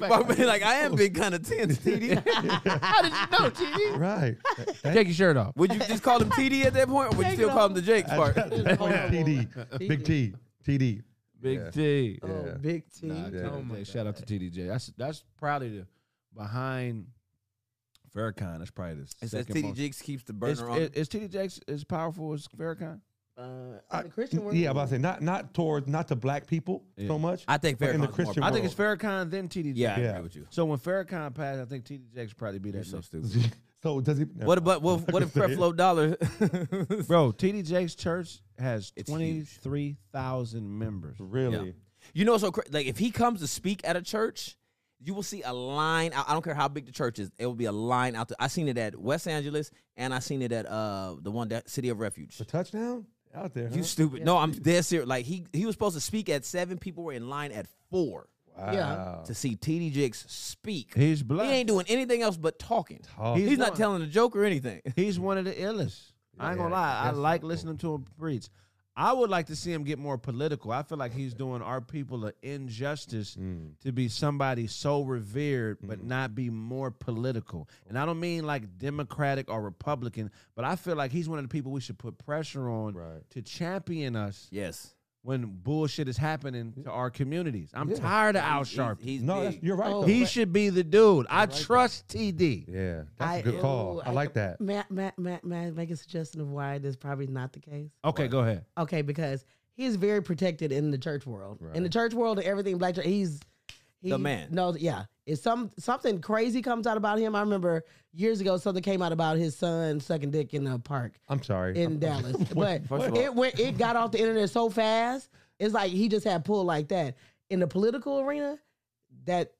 S1: [LAUGHS] Oh.
S3: mean, like, I am being kind of
S4: [LAUGHS]
S3: tense, TD. How did you
S4: Oh,
S3: know, TD?
S4: Right. That-
S1: Take your shirt off.
S3: Would you just call him TD at that point, or would you
S2: Take
S3: still
S2: it
S3: call
S2: off.
S3: him the Jake's part?
S4: that's
S2: Oh.
S4: TD, Big T, TD.
S1: Big
S4: Yeah.
S1: T.
S2: Oh,
S4: Yeah.
S2: Big T.
S1: Nah,
S4: Yeah.
S1: TD
S4: Oh
S1: Jakes. Shout out to TDJ. That's that's probably the behind Farrakhan. That's probably the
S3: It says
S1: second
S3: TD
S1: most-
S3: Jakes keeps the
S1: Is,
S3: burner on.
S1: is, is TD Jakes as powerful as Farrakhan?
S2: Uh,
S4: I-
S2: in the Christian world.
S4: Yeah, I'm about to say not not towards not to black people
S1: Yeah.
S4: so much.
S3: I think
S4: but in the
S3: Farrakhan's
S4: Christian
S3: more
S1: I think it's
S4: world.
S1: Farrakhan then TD Jakes.
S3: yeah, I
S4: Yeah.
S3: agree with you.
S1: So when Farrakhan passed, I think TD Jakes probably be
S3: You're
S1: that.
S3: so
S1: next.
S3: stupid.
S4: [LAUGHS] so does he?
S3: What about what, what if Creflo Dollar? [LAUGHS]
S1: Bro, TD Jakes Church has
S3: It's
S1: twenty
S3: huge.
S1: three thousand members.
S4: [LAUGHS] Really?
S3: Yeah. You know, what's so cra- like if he comes to speak at a church, you will see a line. I, I don't care how big the church is; it will be a line out. there. I seen it at West Angeles, and I seen it at uh the one that City of Refuge.
S4: The touchdown out there?
S3: You
S4: huh?
S3: stupid! No, I'm dead serious. Like he he was supposed to speak at seven. People were in line at four
S4: Wow.
S3: to see TD Jakes speak. He
S1: He's black.
S3: ain't doing anything else but talking.
S4: Talk.
S3: He's, not
S1: one.
S3: telling a joke or anything. [LAUGHS]
S1: He's one of the illest. I ain't gonna
S4: Yeah,
S1: lie. I
S4: that's
S1: like
S4: cool.
S1: listening to him preach. I would like to see him get more political. I feel like he's doing our people an injustice
S4: Mm.
S1: to be somebody so revered but not be more political. And I don't mean like Democratic or Republican, but I feel like he's one of the people we should put pressure on
S4: Right.
S1: to champion us
S3: Yes,
S1: when bullshit is happening to our communities. I'm
S4: Yeah.
S1: tired of Al
S3: He's-
S1: Sharpton.
S3: He's,
S4: No,
S3: big.
S4: that's, you're right.
S2: Oh.
S4: though.
S1: He should be the dude. I trust TD.
S4: yeah, that's a good
S2: I-
S4: call.
S2: ooh,
S4: I like that.
S2: Matt, Matt, Matt, Matt, make a suggestion of why this probably not the case.
S1: Okay, go ahead.
S2: Okay, because he is very protected in the church world. In the church world and everything black church, he's he
S3: The man.
S2: No, yeah. If some something crazy comes out about him, I remember years ago something came out about his son sucking dick in a park
S4: I'm sorry.
S2: in Dallas.
S3: [LAUGHS]
S2: But
S3: First of all-
S2: it went it got off the internet so fast. It's like he just had pull like that. In the political arena, that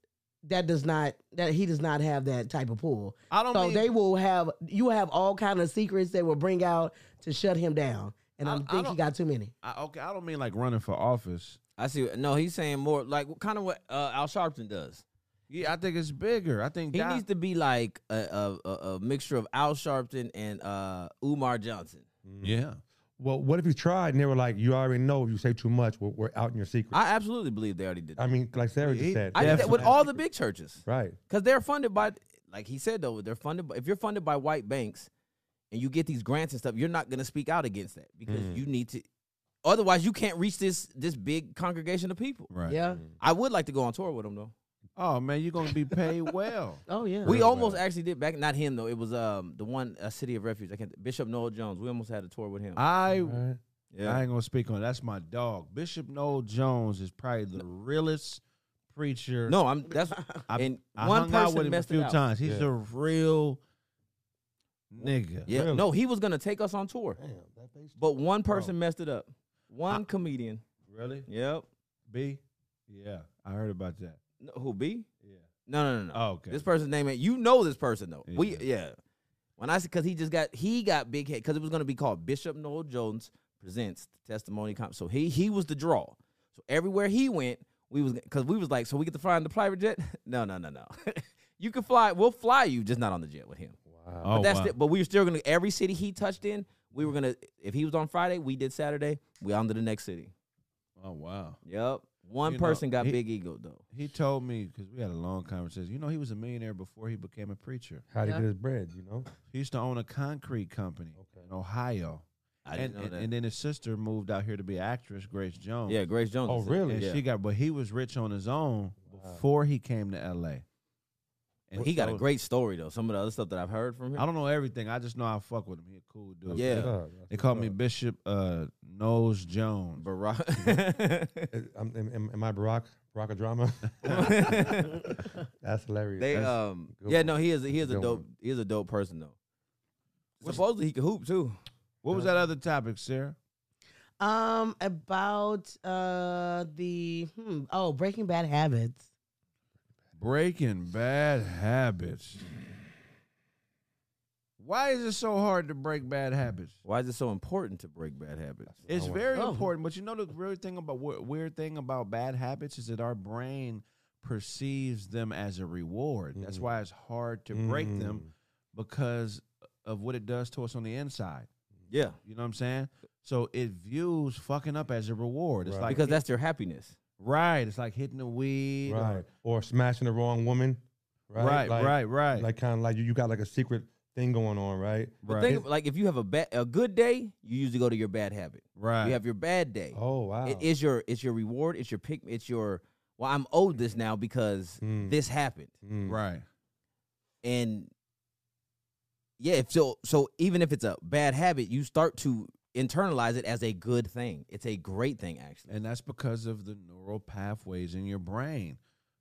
S2: that does not that he does not have that type of pull.
S1: I don't
S2: So
S1: mean-
S2: they will have you will have all kind of secrets they will bring out to shut him down. and I,
S1: I- I
S2: think he
S1: don't-
S2: got too many.
S1: I, okay, I don't mean like running for office.
S3: I see. No, he's saying more like kind of what uh, Al Sharpton does.
S1: Yeah, I think it's bigger. I think
S3: He
S1: that,
S3: needs to be like a, a, a, a mixture of Al Sharpton and uh, Umar Johnson.
S1: Yeah,
S4: mm. Well, what if you tried and they were like, you already know if you say too much, we're, we're out in your secret.
S3: I absolutely believe they already did.
S4: I,
S3: That.
S4: mean, like Sarah just
S1: He-
S4: said.
S3: I did that
S1: Definitely.
S3: with all the big churches
S4: right.
S3: because they're funded by, like he said though, they're funded. By, if you're funded by white banks and you get these grants and stuff, you're not going to speak out against that because
S1: Mm.
S4: Mhm.
S3: you need to. Otherwise, you can't reach this this big congregation of people.
S1: right.
S2: Yeah.
S3: I would like to go on tour with him though.
S1: Oh man, you're gonna be paid
S3: [LAUGHS]
S1: well.
S2: Oh yeah.
S3: We
S4: Real
S3: almost
S4: well.
S3: actually did back. Not him though. It was um the one uh, City of Refuge. I can't. Bishop Noel Jones. We almost had a tour with him.
S1: I
S4: Right.
S1: I ain't gonna speak on. it. That's my dog. Bishop Noel Jones is probably the realest preacher.
S3: No, I'm. That's
S1: [LAUGHS] I-
S3: and
S1: I
S3: one
S1: hung
S3: person
S1: out with him a
S3: messed it
S1: few
S3: out.
S1: times. He's
S4: Yeah.
S1: a real nigga.
S3: Yeah,
S4: Really?
S3: no, he was gonna take us on tour,
S4: Damn, that face.
S3: but one person messed it up. One comedian.
S1: Really?
S3: Yep.
S1: B? Yeah, I heard about that.
S3: No, who B?
S1: Yeah.
S3: No, no, no, no.
S1: Oh, okay.
S3: This person's name. ain't- You know this person though. We
S1: Yeah.
S3: yeah. When I said because he just got he got big head because it was gonna be called Bishop Noel Jones presents testimony. Com- so he he was the draw. So everywhere he went, we was because we was like, so we get to fly in the private jet. [LAUGHS] no, no, no, no. you can fly. We'll fly you, just not on the jet with him.
S1: oh,
S3: but that's
S1: wow.
S3: it. But we were still gonna every city he touched in. We were gonna if he was on Friday, we did Saturday. We on to the next city.
S1: oh wow.
S3: Yep. One
S1: You know,
S3: person got
S1: he-
S3: big ego though.
S1: He told me because we had a long conversation. You know, he was a millionaire before he became a preacher.
S4: How to
S2: Yeah.
S4: get his bread, you know?
S1: He used to own a concrete company
S4: Okay.
S1: in Ohio,
S3: I
S1: and,
S3: didn't know
S1: and,
S3: that.
S1: and then his sister moved out here to be an actress, Grace Jones.
S3: yeah, Grace Jones.
S4: Oh,
S3: is it.
S4: really?
S1: and
S3: Yeah.
S1: she got. But he was rich on his own before he came to L.A.
S3: And he got a
S1: so-
S3: great story though. Some of the other stuff that I've heard from him.
S1: I don't know everything. I just know I fuck with him. He a cool dude.
S3: Yeah.
S4: Dog,
S1: They
S4: that's
S1: called me
S4: dog.
S1: Bishop uh, Nose Jones.
S4: [LAUGHS]
S3: Barack. [LAUGHS]
S4: Is- I'm- Uh, um, am, am, am I Barack? Barack a drama?
S3: [LAUGHS]
S4: [LAUGHS] That's hilarious.
S3: they
S4: That's-
S3: um
S4: good
S3: yeah
S4: one.
S3: no he is he is a
S4: Good
S3: dope
S4: one.
S3: he is a dope person though. Supposedly he can hoop too.
S1: What was that other topic, Sarah?
S2: Um, about uh the hmm, oh Breaking Bad habits.
S1: Breaking bad habits. Why is it so hard to break bad habits?
S3: Why is it so important to break bad habits?
S1: It's very
S2: Oh.
S1: important, but you know the weird thing about we- weird thing about bad habits is that our brain perceives them as a reward. That's
S4: Mm.
S1: why it's hard to break them because of what it does to us on the inside.
S3: Yeah,
S1: You know what I'm saying? So it views fucking up as a reward. It's
S4: Right.
S1: like
S3: because that's their happiness.
S1: right. It's like hitting the weed.
S4: Mm,
S1: or-
S4: Right. Or smashing the wrong woman. Right.
S1: Right,
S4: like,
S1: right, right.
S4: Like kind of like you, you got like a secret thing going on, right?
S3: But
S1: Right.
S3: think of, like if you have a bad a good day, you usually go to your bad habit.
S1: right.
S3: You have your bad day.
S4: Oh wow.
S3: It is your it's your reward. It's your pick. It's your well I'm owed this now because
S4: Mm.
S3: this happened.
S4: Mm.
S1: right.
S3: and yeah if so so even if it's a bad habit you start to internalize it as a good thing it's a great thing actually [LAUGHS]
S1: And that's because of the neural pathways in your brain.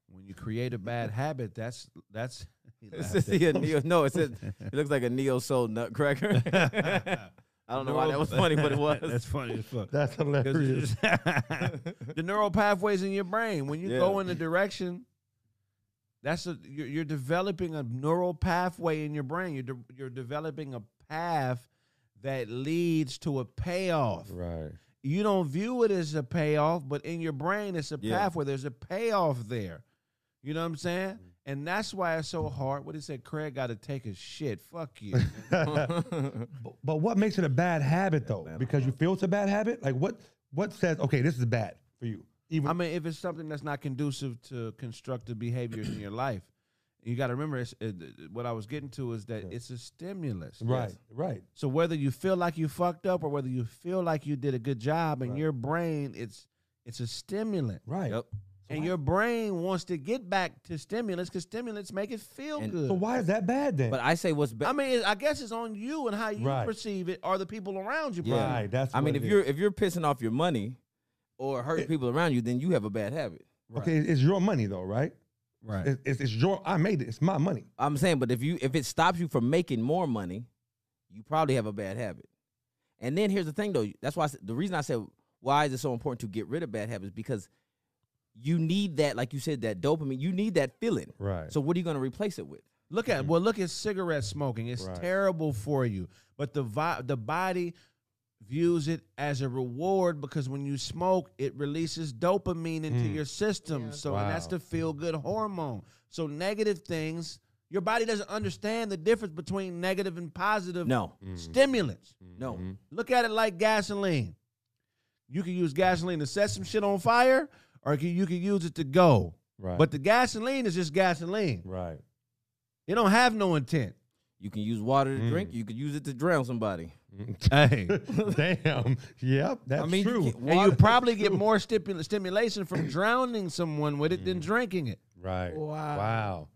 S1: When you create a bad habit, that's that's [LAUGHS] he laughed at
S3: a neo,
S4: [LAUGHS]
S3: no it says it looks like a neo soul nutcracker [LAUGHS]
S4: [LAUGHS]
S3: i don't know why that was
S1: [LAUGHS]
S3: funny but it was
S1: That's funny as
S3: [LAUGHS]
S1: fuck. [LAUGHS]
S4: That's
S1: 'Cause
S4: hilarious.
S1: it's- the neural pathways in your brain. When you
S3: Yeah.
S1: go in a direction, that's a you're, you're developing a neural pathway in your brain. You're de- you're developing a path that leads to a payoff.
S3: [LAUGHS]
S4: Right.
S1: You don't view it as a payoff, but in your brain, it's a
S3: Yeah.
S1: pathway. There's a payoff there. You know what I'm saying?
S3: Mm.
S1: And that's why it's so hard. What he said, Craig got to take a shit. Fuck
S3: [LAUGHS]
S1: you.
S4: But, [LAUGHS] but what makes it a bad habit though? Because you feel it's a bad habit. Like what? What says okay? This is bad for you. Even
S1: I mean, if it's something that's not conducive to constructive behaviors in your life, you got to remember it's, it, it- what I was getting to is that it's a stimulus.
S4: right. Right.
S1: So whether you feel like you fucked up or whether you feel like you did a good job in your brain, it's it's a stimulant.
S4: Right.
S3: Yep.
S1: And your brain wants to get back to stimulants because stimulants make it feel
S3: And-
S1: good.
S4: So why is that bad then?
S3: but i say what's bad
S1: I mean, it, I guess it's on you and how you
S4: Right.
S1: perceive it, or the people around you.
S3: Yeah.
S1: perceive
S4: Right.
S1: it.
S4: That's.
S3: i mean
S4: what
S3: if
S4: it is.
S3: you're if you're pissing off your money or hurting people around you then you have a bad habit
S4: okay, it's your money though, right?
S1: Right.
S4: It's, it's, it's your. I made it. It's my money.
S3: I'm saying, but if you if it stops you from making more money, you probably have a bad habit. And then here's the thing, though. That's why I, said- the reason I said why is it so important to get rid of bad habits because you need that, like you said, that dopamine. You need that feeling.
S4: Right.
S3: So what are you going to replace it with?
S1: Look
S4: Mm-hmm.
S1: at well, look at cigarette smoking. It's
S4: Right.
S1: terrible for you, but the vi- the body views it as a reward because when you smoke, it releases dopamine into
S4: Mm.
S1: your system.
S2: Yeah.
S1: So and that's
S4: Wow.
S1: the feel good hormone. So negative things, your body doesn't understand the difference between negative and positive
S3: No,
S1: stimulants.
S3: no.
S4: Mhm.
S1: Look at it like gasoline. You can use gasoline to set some shit on fire, or you you can use it to go.
S4: Right.
S1: But the gasoline is just gasoline.
S4: right.
S1: It don't have no intent.
S3: You can use water to
S4: Mm.
S3: drink. You could use it to drown somebody.
S4: [LAUGHS]
S1: Hey.
S4: Damn. Yep. That's
S3: I mean, you
S4: true.
S3: can't-
S1: And you
S3: Water-
S1: probably get more stipu- stimulation from drowning someone with it than drinking it.
S4: right.
S2: Wow.
S4: Wow.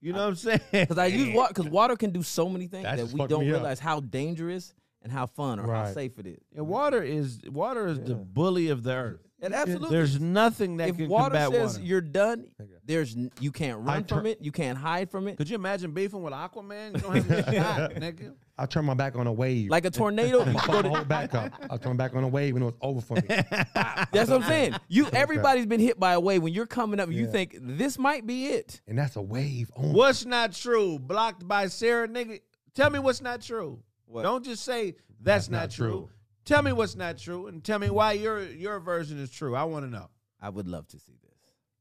S1: You know what I'm saying?
S3: [LAUGHS] Because I use water because water can do so many things
S4: That
S3: that,
S4: just
S3: we
S4: fucked
S3: don't
S4: me up.
S3: realize how dangerous and how fun or how
S4: Right.
S3: safe it is.
S1: And water is water is the bully of the earth.
S3: And absolutely,
S1: There's nothing that
S3: if
S1: can
S3: water
S1: combat
S3: says
S1: water.
S3: you're done,
S4: Okay.
S3: there's n- you can't run
S4: tur-
S3: from it, you can't hide from it.
S1: Could you imagine beefing with Aquaman? You don't have no shot, nigga.
S4: I turned my back on a wave.
S3: Like a tornado, you
S4: [LAUGHS] I
S3: go
S4: put
S3: to-
S4: my whole back up. I turned my back on a wave when it was over
S3: [LAUGHS]
S4: for me.
S3: that's what I'm saying. You everybody's been hit by a wave. When you're coming up, you think this might be it.
S4: and that's a wave. On
S1: What's not true? Blocked by Sarah, nigga. Tell me what's not true. Don't just say that's, not,
S4: not
S1: true.
S4: true.
S1: Tell me what's not true, and tell me why your your version is true. I want to know.
S3: I would love to see this.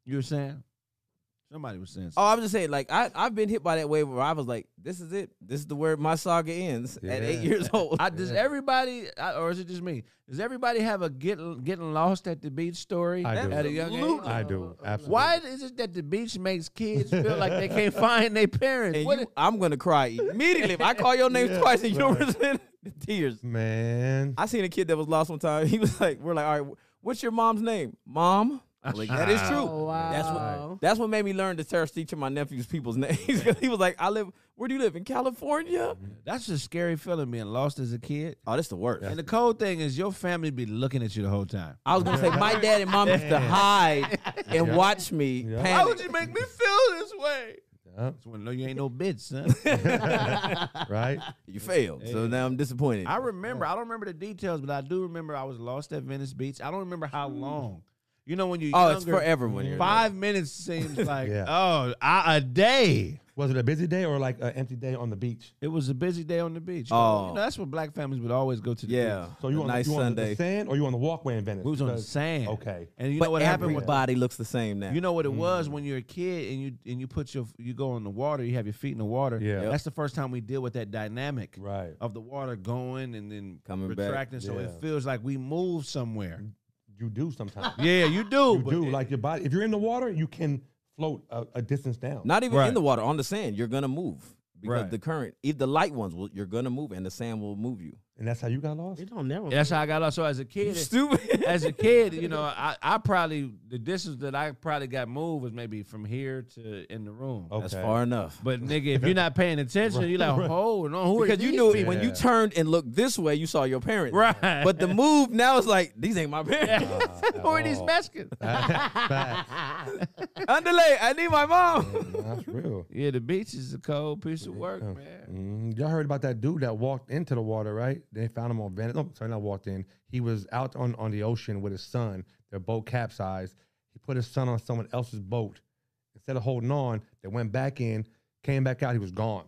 S1: You were saying somebody was saying. Something.
S3: Oh, I'm just saying, like I I've been hit by that wave where I was like, this is it. This is the where my saga ends at eight
S4: Yeah.
S3: years
S1: [LAUGHS]
S3: old.
S1: I, does everybody, I- or is it just me? Does everybody have a get getting lost at the beach story
S4: I do.
S1: at a young age?
S4: I do. Absolutely.
S1: Why is it that the beach makes kids feel like they can't find their parents?
S3: and
S1: What
S3: you,
S1: is-
S3: I'm gonna cry immediately if I call your name
S4: Yeah,
S3: twice and [LAUGHS] you're
S4: right.
S3: in tears.
S4: Man.
S3: I seen a kid that was lost one time. [LAUGHS] He was like, "We're like, all right, wh- what's your mom's name, Mom?" I'm Like, that is true.
S2: Oh, wow.
S3: That's what that's what made me learn to start teaching my nephews people's [LAUGHS] names. 'Cause he was like, "I live. Where do you live in California?"
S1: that's a scary feeling being lost as a kid.
S3: Oh, that's the worst.
S1: And the cold thing is, your family be looking at you the whole time.
S3: I was gonna say my dad and mom used to hide and
S4: Yeah.
S3: watch me
S4: Yeah.
S3: panic.
S1: Why would you make me feel this way?
S4: Yeah,
S1: That's when no, you ain't no bitch, son.
S3: [LAUGHS]
S4: right.
S3: You failed. So now I'm disappointed.
S1: I remember. I don't remember the details, but I do remember I was lost at Venice Beach. I don't remember how long. You know when you
S3: oh, it's forever when you're
S1: Five minutes
S4: [LAUGHS]
S1: seems like
S4: Yeah.
S1: oh I, a day.
S4: Was it a busy day or like an empty day on the beach?
S1: It was a busy day on the beach.
S3: Oh.
S1: you know, that's where black families would always go to the
S3: Yeah.
S1: beach.
S4: So you
S3: a
S4: on,
S3: nice
S4: you on
S3: Sunday.
S4: the sand or you on the walkway in Venice?
S1: We was on the
S4: Because-
S1: sand.
S4: Okay. Mm.
S1: And you
S3: but
S1: know what happened with
S3: everybody looks the same now.
S1: you know what it was when you're a kid and you and you put your you go in the water, you have your feet in the water.
S4: Yeah. Yep.
S1: That's the first time we deal with that dynamic
S4: Right.
S1: of the water going and then
S3: Coming back.
S1: retracting. So it
S4: Yeah.
S1: feels like we move
S4: [LAUGHS]
S1: somewhere.
S4: You do sometimes.
S1: Yeah, you do.
S4: you
S1: but
S4: do
S1: it-
S4: like your body. If you're in the water, you can float a, a distance down.
S3: Not even
S1: Right.
S3: in the water, on the sand, you're gonna move because
S1: Right.
S3: the current, if the light ones, will, you're gonna move, and the sand will move you.
S4: and that's how you got lost.
S2: It don't never.
S1: that's how I got lost. So as a kid,
S3: Stupid.
S1: as a kid, you know, I, I probably the distance that I probably got moved was maybe from here to in the room.
S4: [LAUGHS]
S3: [LAUGHS]
S4: Okay.
S3: That's far enough.
S1: But nigga, if you're not paying attention, you're like, hold on, who are
S3: Because you
S1: these
S3: knew
S1: people?
S3: when you
S4: Yeah.
S3: turned and looked this way, you saw your
S1: [LAUGHS]
S3: parents.
S1: Right.
S3: But the move now is like, these ain't my parents.
S1: who are these
S3: [LAUGHS]
S4: Oh.
S1: Mexicans?
S3: Underlay, I need my mom.
S4: that's real.
S1: yeah, the beach is a cold piece of work, man.
S4: Mm, y'all heard about that dude that walked into the water, right? They found him on Venice. No, sorry, not walked in. He was out on, on the ocean with his son. Their boat capsized. He put his son on someone else's boat. Instead of holding on, they went back in, came back out. He was gone.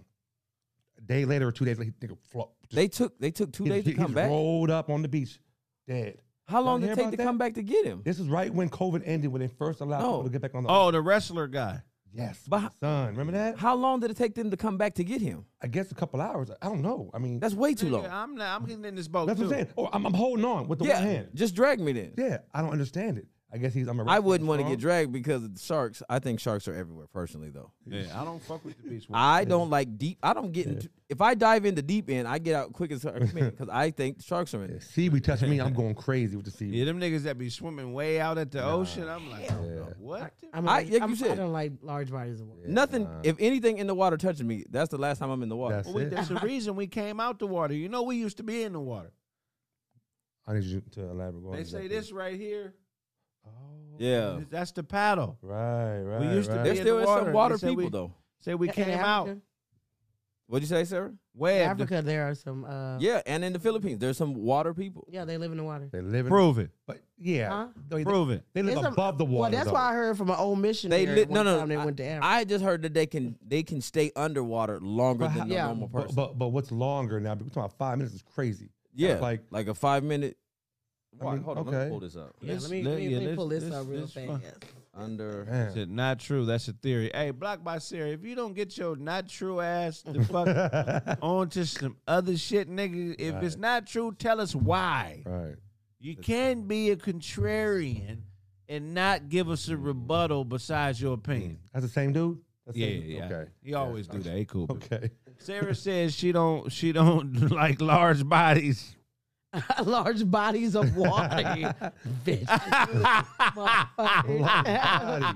S4: A day later or two days later, he nigga, flop. just-
S3: they took they took two
S4: he-
S3: days
S4: he-
S3: to come
S4: he's
S3: back.
S4: rolled up on the beach, dead.
S3: How long
S4: Y'all
S3: did it
S4: hear
S3: take
S4: about
S3: to
S4: that?
S3: come back to get him?
S4: This is right when COVID ended, when they first allowed
S3: No.
S4: people to get back on the
S1: Oh, the wrestler guy.
S4: Yes,
S3: But
S4: my
S3: h-
S4: son. Remember that?
S3: How long did it take them to come back to get him?
S4: I guess a couple hours. I don't know. I mean, that's,
S3: That's way too long.
S1: Nigga, I'm not. I'm getting in this boat
S4: what
S1: too.
S4: I'm saying. Oh, I'm, I'm holding on with the
S3: yeah,
S4: one hand.
S3: just drag me then.
S4: Yeah, I don't understand it. I guess he's. I'm a
S3: I
S4: wrestler,
S3: wouldn't want to get
S4: strong.
S3: dragged because of the sharks. I think sharks are everywhere. Personally, though,
S1: Yeah, I don't fuck with the beach.
S3: I don't like deep. I don't get into. If I dive in the deep end, I get out quick as I can
S4: [LAUGHS]
S3: because I think sharks are in. it.
S4: Seaweed touch me, I'm going crazy with the
S1: Yeah,
S4: seaweed.
S1: them niggas that be swimming way out at the ocean. I'm like, what?
S2: I'm
S3: I-
S2: like,
S3: like you
S2: I'm- I
S3: said.
S2: don't like large bodies of water.
S3: Nothing. if anything in the water touches me, that's the last time I'm in the water.
S4: That's
S1: Well, we,
S4: it.
S1: that's the reason we came out the water. You know, we used to be in the water.
S4: I need you to elaborate. Go on
S1: They
S4: exactly.
S1: say this right here.
S4: Oh,
S3: yeah,
S1: That's the paddle.
S4: Right, right.
S1: used to
S4: right.
S3: there
S1: be- in
S3: still
S1: the
S3: is
S1: water.
S3: some
S1: They
S3: water
S1: said
S3: people
S1: we-
S3: though.
S1: Say we
S2: In
S1: came out.
S2: Africa-
S3: What'd you say, Sarah?
S1: Where?
S2: In Africa, there are some. Uh, yeah.
S3: Yeah, and in the Philippines, there's some water people.
S2: they live in the water.
S4: They live in.
S1: Prove it.
S4: But yeah,
S2: Huh?
S4: they, they,
S1: Prove it.
S4: they live
S2: It's a-
S4: above the water.
S2: Well, that's
S4: though.
S2: why I heard from an old missionary.
S3: They li-
S2: one
S3: no no.
S2: time they
S3: I,
S2: went to Africa.
S3: I just heard that they can they can stay underwater longer
S4: But
S3: than
S4: how-
S3: the
S2: Yeah.
S3: normal
S4: But,
S3: person.
S4: but but what's longer now? We're talking about five minutes is crazy.
S3: Yeah, like
S4: like-
S3: like a five minute.
S4: I
S1: Why?
S4: mean,
S1: Hold on, let me
S4: okay.
S1: pull this up.
S2: Yeah,
S1: Let's-
S2: let me,
S1: let-
S2: let me,
S1: yeah,
S2: let me
S1: let's-
S2: pull this
S1: let's-
S2: up real
S1: let's
S2: fast. [LAUGHS]
S1: find-
S3: Under
S4: Man.
S1: Shit, not true. That's a theory. Hey, block by Siri. If you don't get your not true ass
S4: [LAUGHS]
S1: the fuck
S4: right.
S1: onto some other shit, nigga. If it's not true, tell us why. You can be a contrarian and not give us
S4: Mm.
S1: a rebuttal besides your opinion.
S4: That's the same dude? That's the
S1: Yeah,
S4: same dude?
S1: yeah, yeah.
S4: Mm. Okay.
S1: He always do that. He cool. bitch.
S4: Okay.
S1: Sarah says she don't she don't [LAUGHS] like large bodies.
S2: Large bodies of
S3: [LAUGHS]
S2: water, bitch. [LAUGHS] Motherfucker.
S4: Buddy.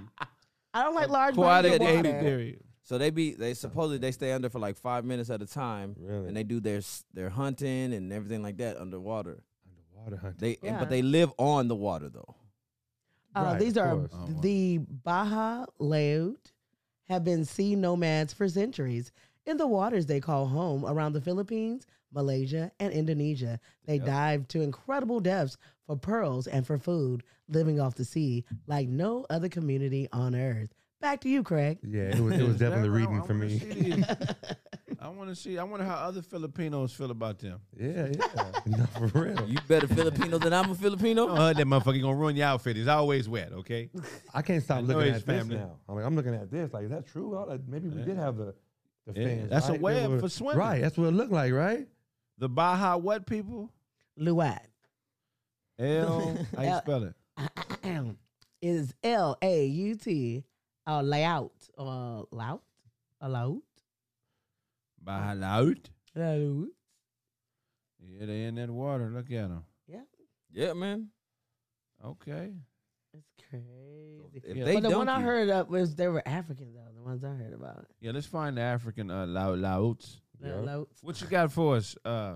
S2: I don't like large
S3: Aquatic
S2: bodies of
S3: baby
S2: water.
S1: Theory.
S3: so they be they supposedly they stay under for like five minutes at a time,
S4: Really?
S3: and they do their s- their hunting and everything like that underwater.
S4: Underwater hunting.
S3: They and,
S2: Yeah.
S3: but they live on the water though.
S2: Uh,
S4: Right,
S2: these
S4: of
S2: are
S4: course.
S1: Oh, wow.
S2: the Baja Laut have been sea nomads for centuries in the waters they call home around the Philippines, Malaysia, and Indonesia. They dive to incredible depths for pearls and for food, living off the sea like no other community on earth. Back to you, Craig.
S4: Yeah, it was, it was definitely reading for me. [LAUGHS]
S1: I want to see. I wonder how other Filipinos feel about them.
S4: Yeah, yeah. [LAUGHS] no, for real.
S3: You better Filipino than I'm a [LAUGHS] Filipino.
S1: Oh, that motherfucker gonna ruin your outfit. He's always wet. Okay.
S4: I can't stop
S1: know
S4: looking
S1: his
S4: at
S1: family.
S4: this now. I mean, I'm looking at this. Like, is that true? Oh, like, maybe we did have the, the
S1: Yeah,
S4: fans.
S1: that's a
S4: right? They
S1: web
S4: were-
S1: for swimming.
S4: Right. That's what it looked like, right?
S1: The Baja what people?
S2: Luat [CLEARS THROAT]
S1: L. How you
S2: L-
S1: spell it?
S2: is L A U T, uh, layout, uh, lout, a lout,
S1: Baja Laut.
S2: lout.
S1: Yeah, they in that water. Look at them.
S3: Yeah, man.
S1: Okay.
S2: It's crazy.
S3: If
S1: Yeah.
S3: they
S2: but the
S3: dunk
S2: one I
S3: you-
S2: heard of was they were African though. The ones I heard about.
S1: Yeah, let's find the African uh, Laut Lauts.
S2: They're
S4: Yeah.
S2: low- [LAUGHS]
S1: What you got for us? Uh,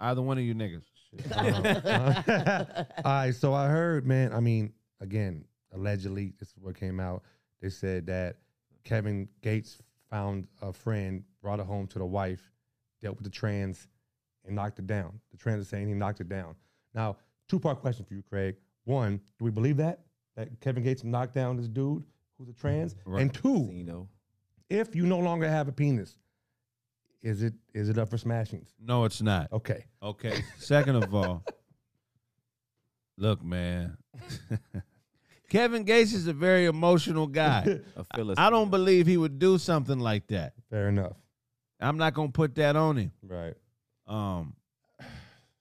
S1: either one of you niggas.
S4: [LAUGHS]
S2: [LAUGHS]
S1: [LAUGHS]
S4: All right, so I heard, man. I mean, again, allegedly, this is what came out. They said that Kevin Gates found a friend, brought it home to the wife, dealt with the trans, and knocked it down. The trans is saying he knocked it down. Now, two part question for you, Craig. One, do we believe that that Kevin Gates knocked down this dude who's a trans?
S1: Right.
S4: And two,
S3: You know.
S4: if you no longer have a penis, is it is it up for smashings?
S1: No, it's not.
S4: Okay,
S1: Okay. Second of all, look, man. [LAUGHS] Kevin Gates is a very emotional guy.
S3: A Philistine.
S1: I don't believe he would do something like that.
S4: fair enough.
S1: I'm not gonna put that on him.
S4: Right.
S1: Um,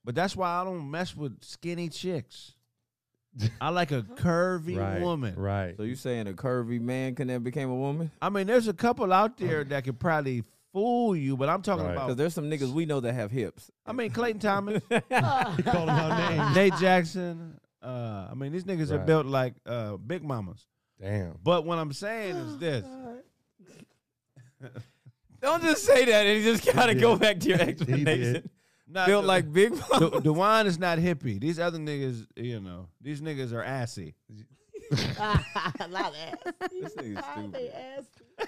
S1: but that's why I don't mess with skinny chicks. I like
S4: [LAUGHS]
S1: a curvy
S4: right.
S1: woman.
S4: Right.
S3: So you saying a curvy man can then became a woman?
S1: I mean, there's a couple out there that could probably fool you, but I'm talking
S4: Right.
S1: about.
S3: Because there's some niggas we know that have hips.
S1: I mean, Clayton
S4: [LAUGHS]
S1: Thomas,
S4: He called him out [LAUGHS] names.
S1: Nate Jackson. Uh, I mean, these niggas are
S4: Right.
S1: built like uh, big mamas.
S4: Damn.
S1: But what I'm saying is
S4: [GASPS]
S1: this:
S3: Don't just say that and just kind of go back [LAUGHS] to your explanation.
S4: explanation.
S1: Nah,
S3: Built
S1: the- [LAUGHS]
S3: like Big
S1: the, Dewan is not hippie. These other niggas, you know, these niggas are assy.
S2: Not ass.
S3: This nigga's
S2: They
S3: stupid.
S2: ass.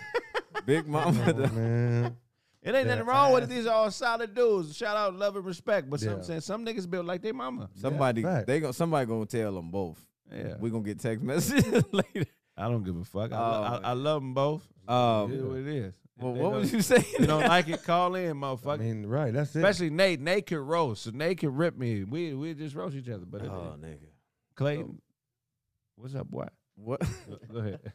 S3: [LAUGHS] Big Mama.
S4: Oh,
S3: the-
S4: man.
S1: It ain't nothing
S4: They're
S1: wrong with it.
S4: assy.
S1: These are all solid dudes. Shout out, love and respect. But some
S4: Yeah.
S1: saying some niggas built like they mama.
S3: Somebody,
S4: fact.
S3: they gonna somebody gonna tell them both.
S1: Yeah,
S3: We gonna get text messages [LAUGHS] later.
S1: I don't give a fuck. I,
S3: Oh,
S1: lo- I, I love them both.
S3: Um,
S1: It is what it is.
S3: well,
S1: If they
S3: what
S1: don't-
S3: was you saying?
S1: [LAUGHS] if you don't like it? Call in,
S4: I
S1: motherfucker.
S4: mean, right. That's it.
S1: Especially Nate. Nate could roast. So Nate could rip me. We we just roast each other. But it-
S3: oh nigga,
S1: Clayton, what's up, boy?
S3: what
S1: Go- Go ahead. [LAUGHS]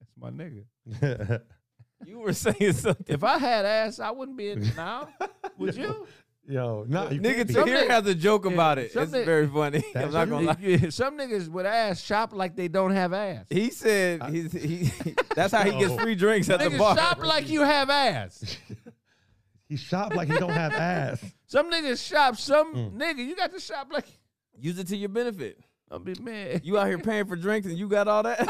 S1: That's my nigga.
S3: [LAUGHS] you were saying something?
S1: If I had ass, I wouldn't [LAUGHS] be in it now. Would [LAUGHS] you?
S4: [LAUGHS] Yo, no, you
S3: Nigga,
S4: can't be.
S3: to here
S1: Something-
S3: has a joke about it. It's
S1: something-
S3: very funny. I'm
S4: That's
S3: not gonna lie.
S1: Yeah, Some niggas with ass shop like they don't have ass.
S3: He said he's, he. That's how he gets free drinks at the
S1: Niggas
S3: bar.
S1: shop like you have ass.
S4: he shot like he don't have ass.
S1: Some niggas shop. Some nigga, you got to shop like. [LAUGHS]
S3: Use it to your benefit.
S1: I'll be mad. [LAUGHS]
S3: You out here paying for drinks and you got all that.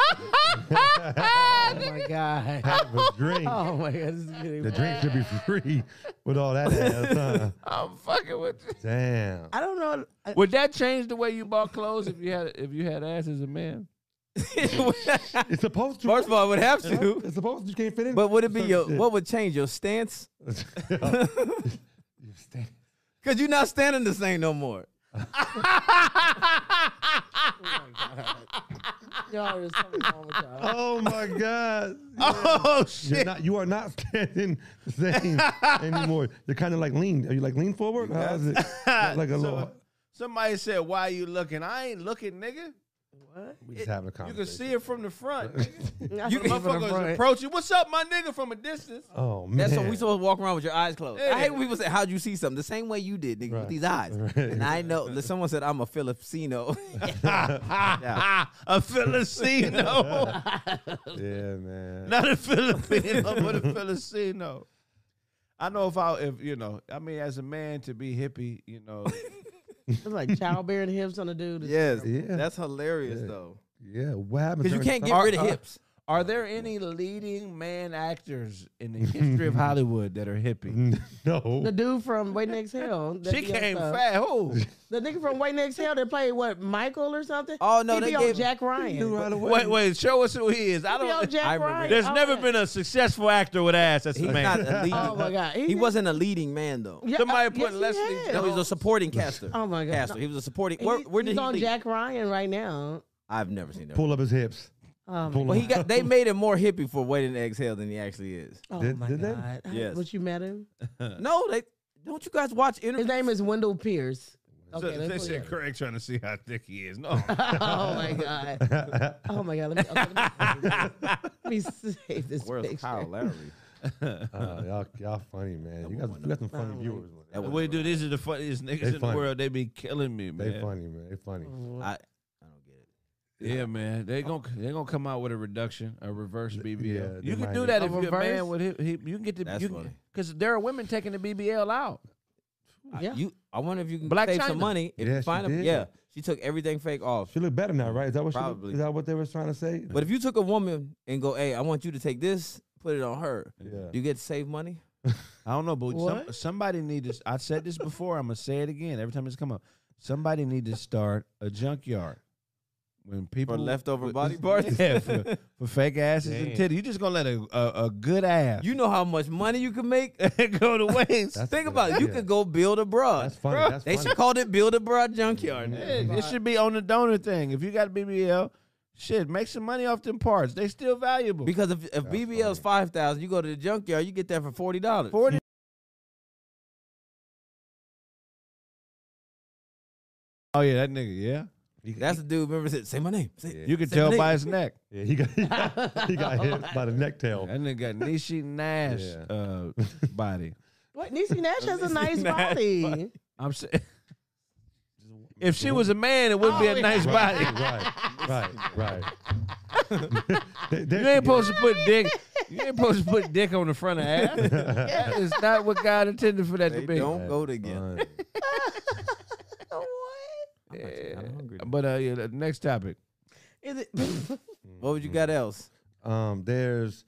S3: [LAUGHS]
S2: Oh my [LAUGHS] god.
S3: [LAUGHS]
S4: Have a drink.
S2: Oh my god. This is getting
S4: The drink should be free with all that ass.
S3: [LAUGHS]
S4: Huh?
S1: I'm fucking with you.
S4: Damn.
S2: I don't know. I,
S1: Would that change the way you bought clothes if you had if you had ass as a man?
S3: First
S4: It's supposed to.
S3: of all, I would have to.
S4: it's supposed to. You can't fit in.
S3: But would it be
S4: Certain
S3: your
S4: shit. [LAUGHS]
S3: what would change your stance?
S4: You stand-
S3: Cause you're not standing the same no more.
S2: Y'all is something wrong with y'all.
S4: Oh my God.
S1: Oh
S4: You're
S1: shit!
S4: not, you are not standing the
S3: [LAUGHS]
S4: same anymore. You're kind of like lean. Are you like lean forward?
S3: [LAUGHS]
S4: How is it? Like like
S1: So,
S4: a little.
S1: Somebody said, "Why are you looking?" I ain't looking, nigga.
S2: What?
S4: We just having a
S1: You
S4: conversation.
S1: can see it from the front. nigga.
S2: Not
S1: you
S2: even the
S1: motherfuckers
S2: front.
S1: approach you. What's up, my nigga? From a distance.
S4: Oh man.
S3: That's what we supposed to walk around with your eyes closed. I
S1: Yeah.
S3: hate when people say, "How'd you see something?" The same way you did, nigga,
S4: Right.
S3: with these eyes.
S4: Right.
S3: And I know that someone said, "I'm a Filipino." [LAUGHS]
S1: Ah, [LAUGHS] a Filipino,
S4: Yeah, man.
S1: not a Filipino, but a Filipino. I know if I, if you know, I mean, as a man to be hippie, you know,
S2: It's like childbearing hips on a dude. is-
S3: yes,
S4: Yeah.
S3: that's hilarious
S4: Yeah.
S3: though,
S4: Yeah. What happens?
S3: because you
S4: during
S3: can't get
S4: summer?
S3: rid of hips.
S1: Uh, are there any leading man actors in the history of Hollywood that are
S4: Mm-hmm.
S1: hippie?
S2: The
S4: [LAUGHS] No.
S2: dude from Wait Next Hill. that
S1: She
S2: be on
S1: came
S2: stuff.
S1: fat. Who?
S2: The nigga from Wait Next Hill that played what Michael or something.
S3: Oh, no,
S2: he
S3: they
S2: be
S3: gave- uh,
S2: on Jack Ryan.
S4: Knew right away.
S1: Wait, wait. Show us who he is. I
S2: He be on
S1: don't.
S2: Jack
S3: I remember
S2: Ryan.
S1: [LAUGHS]
S3: that.
S1: There's
S2: Oh,
S1: never
S2: yeah.
S1: been a successful actor with ass. That's
S3: He's
S1: a man.
S3: not a leading.
S2: Oh my god,
S3: He
S2: did-
S3: wasn't a leading man though.
S2: Yeah,
S1: Somebody
S2: uh,
S1: put
S2: yes, he
S1: Leslie
S2: is.
S3: No, he was a supporting caster.
S2: Oh my God.
S3: caster. He was a supporting. Where,
S2: He's-
S3: where did
S2: he's
S3: he?
S2: on
S3: lead?
S2: Jack Ryan right now.
S3: I've never seen that.
S4: Pull up his hips. [LAUGHS]
S2: Oh my,
S4: Pull
S3: Well,
S4: up.
S3: he got. They made him more hippie for waiting to exhale than he actually is.
S2: oh
S4: Did-
S2: my
S4: did they?
S2: god. How-
S3: Yes.
S2: What you met him?
S4: Uh.
S3: No, they don't. You guys watch
S2: His
S3: interviews?
S2: name is Wendell Pierce.
S1: So
S2: Okay,
S1: they
S2: let's
S1: said
S2: look it up.
S1: Craig trying to see how thick he is. [LAUGHS] No.
S2: [LAUGHS] Oh my god.
S4: Uh,
S2: Oh my god. Let me, okay, let me, let
S3: [LAUGHS]
S2: me save this
S3: Where's
S2: picture. [LAUGHS]
S3: Kyle Larry?
S4: Uh, y'all, y'all funny, man. You guys, you got some funny viewers. man.
S1: [LAUGHS]
S3: That
S1: Wait, dude, these are the funniest niggas in the
S4: funny.
S1: world. They be killing me, man.
S4: They funny, man. They funny.
S3: I, I don't get it.
S1: Yeah, man. They gon' they gonna come out with a reduction, a reverse BBL.
S4: yeah, they
S1: you can
S4: might
S1: do
S4: do.
S1: that
S2: A
S1: if you're a man
S2: reverse?
S1: with hip, hip- You can get the
S3: That's
S1: you
S3: funny.
S1: because there are women taking the BBL out.
S3: I-
S2: Yeah.
S3: you, I wonder if you can
S1: Black
S3: save
S1: China.
S3: some money. If
S4: Yeah,
S3: you
S4: she
S3: find a,
S4: did.
S3: yeah, she took everything fake off.
S4: She look better now, right? Is that what she look,
S3: Probably.
S4: Is that what they was trying to say?
S3: But if you took a woman and go, hey, I want you to take this, put it on her.
S4: Yeah.
S3: Do you get to save money?
S1: I don't know, but some,
S2: What?
S1: somebody need to. I said this before. I'm gonna say it again every time it's come up. Somebody need to start a junkyard when people
S3: For leftover
S1: for-
S3: body
S1: [LAUGHS]
S3: parts?
S1: Yeah, for, for fake asses and titties. You just gonna let a a, a good ass
S3: You know how much money you can make?
S1: [LAUGHS] go to waste.
S4: That's a
S3: [LAUGHS] Think
S4: good
S3: about it. You
S4: idea.
S3: could go build a bra.
S4: That's funny.
S1: Bro,
S4: That's
S3: They
S4: funny.
S3: should call it Build a Bra Junkyard.
S1: Yeah, it should be on the donor thing. If you got BBL, shit, make some money off them parts. They still valuable.
S3: Because if, if BBL's 5000 you go to the junkyard, you get that for $40.
S1: Forty. Oh yeah, that nigga. Yeah,
S3: That's the dude, remember, said, say my name. Say,
S1: you can
S3: say
S1: tell
S3: my
S1: by
S3: name.
S1: his neck.
S4: yeah, he got [LAUGHS] he got, he got hit by the neck tail. [LAUGHS]
S1: That nigga got [LAUGHS] Nishi Nash
S4: Yeah.
S1: uh, body.
S2: [LAUGHS] What Niecy Nash has a
S3: Niecy
S2: nice
S3: Nash [LAUGHS]
S2: body.
S1: I'm saying, [LAUGHS] if she was a man, it would be
S2: Oh,
S1: a
S2: yeah.
S1: nice body. [LAUGHS]
S4: right, right,
S3: [LAUGHS]
S4: right. [LAUGHS] They- they
S1: You ain't
S4: should get-
S1: supposed to put dick. You ain't supposed to put dick on the front of
S4: [LAUGHS]
S1: ass. That is not what God intended for that
S3: They
S1: to be.
S3: don't go
S4: That's
S3: together.
S4: funny.
S2: what?
S1: Yeah.
S3: I'm hungry.
S1: But uh, yeah, the next topic.
S2: Is it? [LAUGHS]
S3: What would you
S4: Mm-hmm.
S3: got else?
S4: Um, there's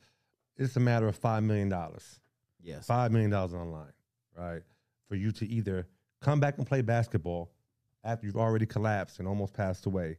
S4: it's a matter of five million dollars.
S3: Yes.
S4: Five million dollars online, right? For you to either come back and play basketball after you've already collapsed and almost passed away,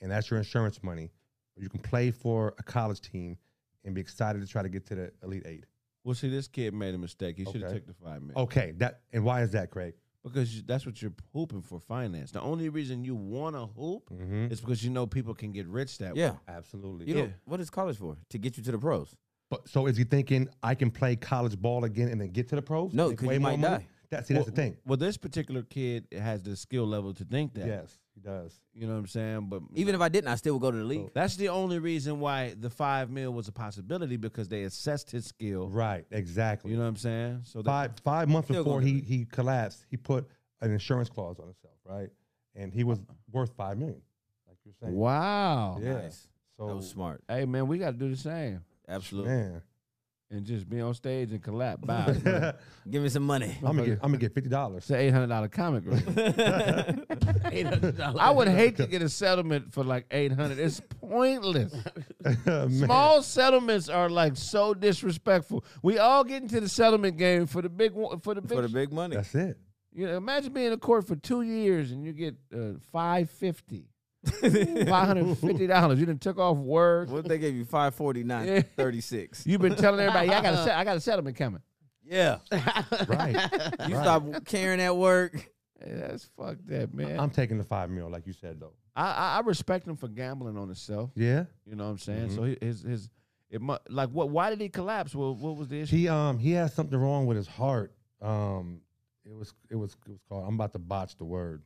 S4: and that's your insurance money, or you can play for a college team and be excited to try to get to the Elite Eight.
S1: Well, see, this kid made a mistake. He should have
S4: Okay.
S1: took the five minutes.
S4: Okay, that and why is that, Craig?
S1: Because you- that's what you're hooping for finance. The only reason you want to hoop
S4: Mm-hmm.
S1: is because you know people can get rich that
S3: Yeah.
S1: way.
S4: Absolutely.
S3: You know
S1: Yeah.
S3: what is college for? To get you to the pros.
S4: But so is he thinking I can play college ball again and then get to the pros?
S3: No,
S4: Make
S3: 'cause
S4: way
S3: you
S4: more
S3: might
S4: money?
S3: die.
S4: That see, that's
S1: well,
S4: the thing.
S1: Well, this particular kid has the skill level to think that.
S4: Yes, he does.
S1: You know what I'm saying? But
S3: Even if I didn't, I still would go to the league.
S1: that's the only reason why the five mil was a possibility because they assessed his skill.
S4: Right, exactly.
S1: You know what I'm saying? So that,
S4: five five months
S3: Still
S4: before
S3: gonna
S4: he he collapsed, he put an insurance clause on himself, right? And he was worth five million, like you're saying.
S1: wow.
S4: Yeah.
S3: Oh, Nice.
S4: So
S3: that was smart.
S1: Hey man, we got to do the same
S3: Absolutely. [LAUGHS]
S4: Oh. man,
S1: and just be on stage and collapse. Bye.
S3: Give me some money.
S4: I'm gonna get I'm gonna get fifty dollars. [LAUGHS]
S1: it's an eight hundred dollar comic. Right?
S2: $800.
S1: I would hate to get a settlement for like eight hundred. It's pointless.
S4: Small.
S1: Small settlements are like so disrespectful. We all get into the settlement game for the big one. For the big,
S3: [LAUGHS] For the big money. [LAUGHS]
S4: That's it.
S1: you know, imagine being in court for two years and you get uh, five fifty. Five hundred fifty dollars. You done took off work.
S3: What if they gave you five forty
S1: Yeah.
S3: nine thirty
S4: [LAUGHS]
S3: six?
S1: You've been telling everybody, yeah, I got a, se- I got a settlement coming.
S3: Yeah.
S4: Right.
S3: You stop caring at work.
S1: Hey, that's fuck that, man.
S4: I'm taking the five mil, like you said though.
S1: I, I I respect him for gambling on himself.
S4: Yeah.
S1: You know what I'm saying? So he, his his it mu- like what? Why did he collapse? Well, what was the issue?
S4: He um he had something wrong with his heart. Um, it was it was it was called. I'm about to botch the word,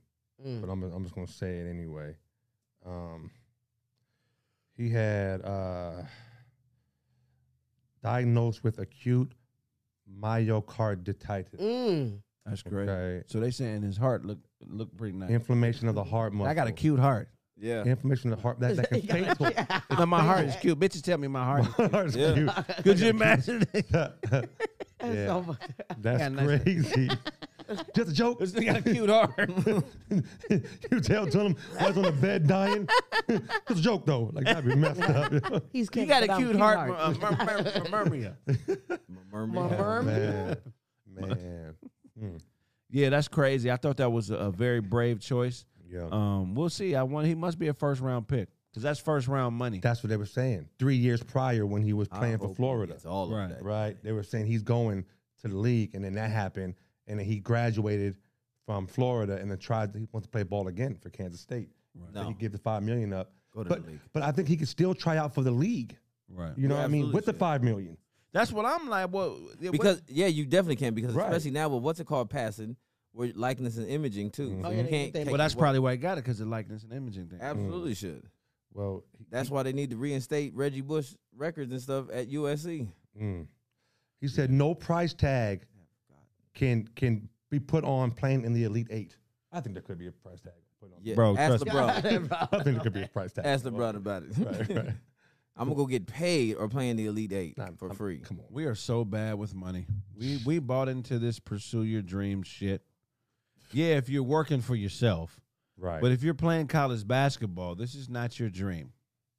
S2: Mm.
S4: but I'm I'm just gonna say it anyway. Um, he had uh diagnosed with acute myocarditis.
S2: Mm. [LAUGHS]
S1: That's great.
S4: Okay.
S1: So they saying his heart looked looked pretty nice.
S4: Inflammation of the heart muscle.
S1: I got a cute [LAUGHS] heart.
S3: Yeah.
S4: Inflammation of the heart that,
S2: [LAUGHS]
S4: that can fatal.
S1: No, my heart is cute. Bitches tell me my heart. Is
S4: My heart's
S3: Yeah.
S4: cute.
S1: [LAUGHS] Could you imagine?
S4: [LAUGHS]
S2: That's
S4: Yeah.
S2: so funny.
S4: That's
S1: Yeah, nice.
S4: crazy. Just a joke.
S1: this nigga got a cute heart. [LAUGHS]
S4: [LAUGHS] you tell tell him I was on the bed dying. [LAUGHS] it's a joke though. Like that'd be messed up.
S2: He's
S1: You
S2: cute,
S1: got
S2: but
S1: a
S2: I'm
S1: cute heart, uh, mur- mur- mur- murmuria.
S2: Murmur.
S4: man, man. Mm,
S1: [LAUGHS] Yeah, that's crazy. I thought that was a, a very brave choice.
S4: yeah.
S1: Um, we'll see. I want he must be a first round pick because that's first round money.
S4: That's what they were saying. Three years prior, when he was playing for Florida,
S3: It's all
S1: Right.
S3: of that.
S4: right? They were saying he's going to the league, and then that happened, and then he graduated from Florida, and then tried he wants to play ball again for Kansas State. So he
S3: No.
S4: gave the five million up,
S3: Go to
S4: but
S3: the league.
S4: but I think he could still try out for the league.
S1: Right.
S4: You know what I mean?
S3: absolutely,
S4: With the
S3: yeah.
S4: five million,
S1: That's what I'm like. Well, yeah, what-
S3: Because yeah, you definitely can because
S4: Right.
S3: especially now with what's it called passing, we're likeness and imaging too.
S4: Mhm.
S3: So
S2: Oh, yeah,
S3: you
S2: they
S3: can't.
S2: get that-
S3: take
S1: well, that's
S3: it-
S1: probably why he got it because the likeness and imaging thing.
S3: absolutely should.
S4: well, he-
S3: That's why they need to reinstate Reggie Bush records and stuff at USC.
S4: Mm. He said no price tag can can be put on playing in the Elite Eight. I think there could be a price tag put on.
S3: Yeah,
S1: Bro, trust
S3: ask the bro.
S4: [LAUGHS] I think there could be a price tag.
S3: Ask the brother about it.
S4: Right,
S3: [LAUGHS]
S4: right.
S3: I'm gonna go get paid or playing the Elite Eight
S4: Nah,
S3: for
S4: I'm-
S3: free.
S4: Come on.
S1: We are so bad with money. We we bought into this pursue your dream shit. Yeah, if you're working for yourself,
S4: Right.
S1: but if you're playing college basketball, this is not your dream.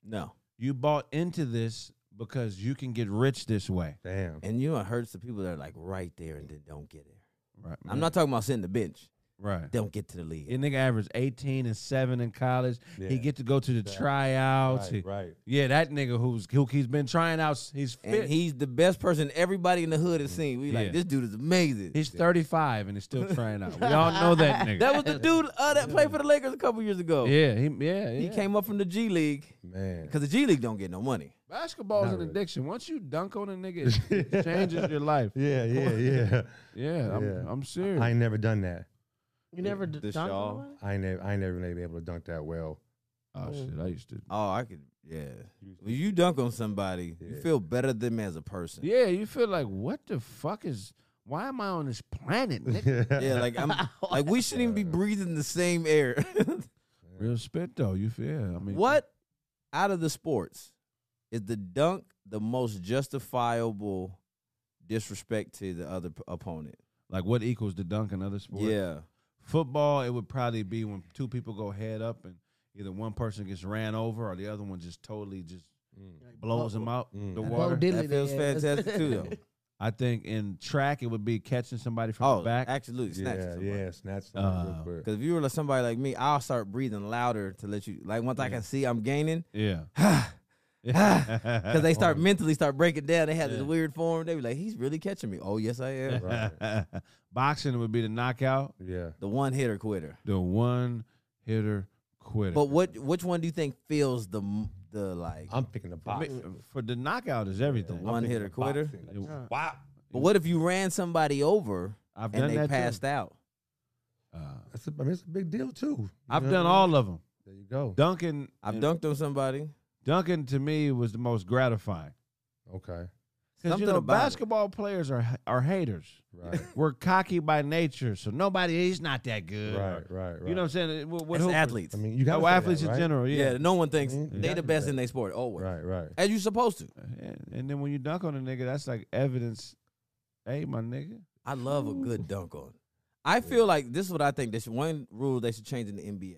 S3: No,
S1: You bought into this because you can get rich this way.
S4: Damn.
S3: and you know it hurts the people that are like right there and then don't get there.
S1: Right.
S3: I'm not talking about sitting the bench.
S1: right.
S3: Don't get to the league.
S1: Your nigga averaged 18 and 7 in college.
S4: Yeah.
S1: He get to go to the tryouts.
S4: Right,
S1: He-
S4: right.
S1: Yeah, that nigga who's who he's been trying out. He's
S3: and
S1: fit.
S3: he's the best person everybody in the hood
S4: Mm.
S3: has seen. We
S1: Yeah.
S3: like this dude is amazing.
S1: he's 35 and he's still trying out. We all know that nigga.
S3: That was the dude uh, that played for the Lakers a couple years ago.
S1: yeah, he, yeah, yeah.
S3: Oh. He came up from the G League
S4: Man.
S3: because the G League don't get no money.
S1: Basketball is
S4: Not
S1: an
S4: really.
S1: addiction. Once you dunk on a nigga, it
S4: [LAUGHS]
S1: it changes your life.
S4: Yeah, yeah,
S3: [LAUGHS]
S4: yeah.
S1: Yeah, I'm,
S4: Yeah.
S1: I'm serious.
S4: I ain't never done that.
S2: You never d-
S3: The
S2: dunked on
S3: shawl.
S2: nobody?
S4: I ain't never, I ain't never been able to dunk that well.
S1: oh shit, I used to.
S3: Oh, I could. Yeah. When
S4: [LAUGHS]
S3: you [LAUGHS] dunk on somebody, you feel better than them as a person.
S1: Yeah, you feel like what the fuck is? Why am I on this planet?
S4: [LAUGHS]
S1: Nigga?
S3: Yeah, like [LAUGHS] I'm
S2: [LAUGHS]
S3: like we shouldn't even be breathing the same [LAUGHS] air.
S1: Real spit though. You feel? I mean,
S3: what out of the sports is the dunk the most justifiable disrespect to the other p- opponent?
S1: Like what equals the dunk in other sports?
S3: Yeah.
S1: Football, it would probably be when two people go head up and either one person gets ran over or the other one just totally just blows them out
S4: Mm.
S1: the
S4: Bo
S1: water.
S2: Diddley
S3: That feels
S2: their [LAUGHS] ass.
S3: fantastic too
S4: [LAUGHS]
S3: though.
S1: I think in track it would be catching somebody from
S3: Oh,
S1: the back.
S3: absolutely. Snatch
S4: Yeah,
S3: somebody.
S4: yeah, snatch something
S1: Uh,
S4: real quick.
S3: Because if you were like somebody like me, I'll start breathing louder to let you. Like once I can see I'm gaining, [SIGHS] [LAUGHS]
S1: yeah. [LAUGHS]
S3: because they start mentally start breaking down. They had this
S1: Yeah.
S3: weird form. They be like, "He's really catching me." Oh yes, I am.
S1: [LAUGHS] Boxing would be the knockout,
S4: Yeah.
S3: The one hitter quitter.
S1: the one hitter quitter.
S3: But what? Which one do you think feels the m- the like?
S4: I'm picking the
S1: for,
S4: box.
S1: me- for the knockout is everything.
S3: one hitter quitter.
S4: Wow.
S3: But what if you ran somebody over
S1: I've
S3: and
S1: done
S3: they
S1: that.
S3: passed
S1: too.
S3: out?
S1: Uh,
S4: That's a, I mean, it's a big deal too. You
S1: I've
S4: know
S1: done
S4: what I mean?
S1: all of them.
S4: There you go.
S1: Duncan,
S3: I've dunked on somebody.
S1: Duncan to me was the most gratifying
S4: Okay.
S1: because you
S3: Something
S1: know
S3: about it.
S1: basketball players are are haters.
S4: Right.
S1: We're cocky by nature, so nobody he's not that good.
S4: right. Right. Right.
S1: You know what I'm saying? It- What, what
S3: That's
S1: hoopers-
S3: athletes.
S4: I mean, you got
S1: Oh, athletes in general,
S3: yeah.
S1: yeah. Mm-hmm.
S3: no one thinks
S4: Mhm.
S3: they
S4: Yeah.
S3: the best in their sport. Always,
S4: Right, right.
S3: as you supposed to.
S1: And, and then when you dunk on a nigga, that's like evidence. Hey, my nigga.
S3: I love a good dunk on. I feel like this is what I think. This one rule they should change in the NBA.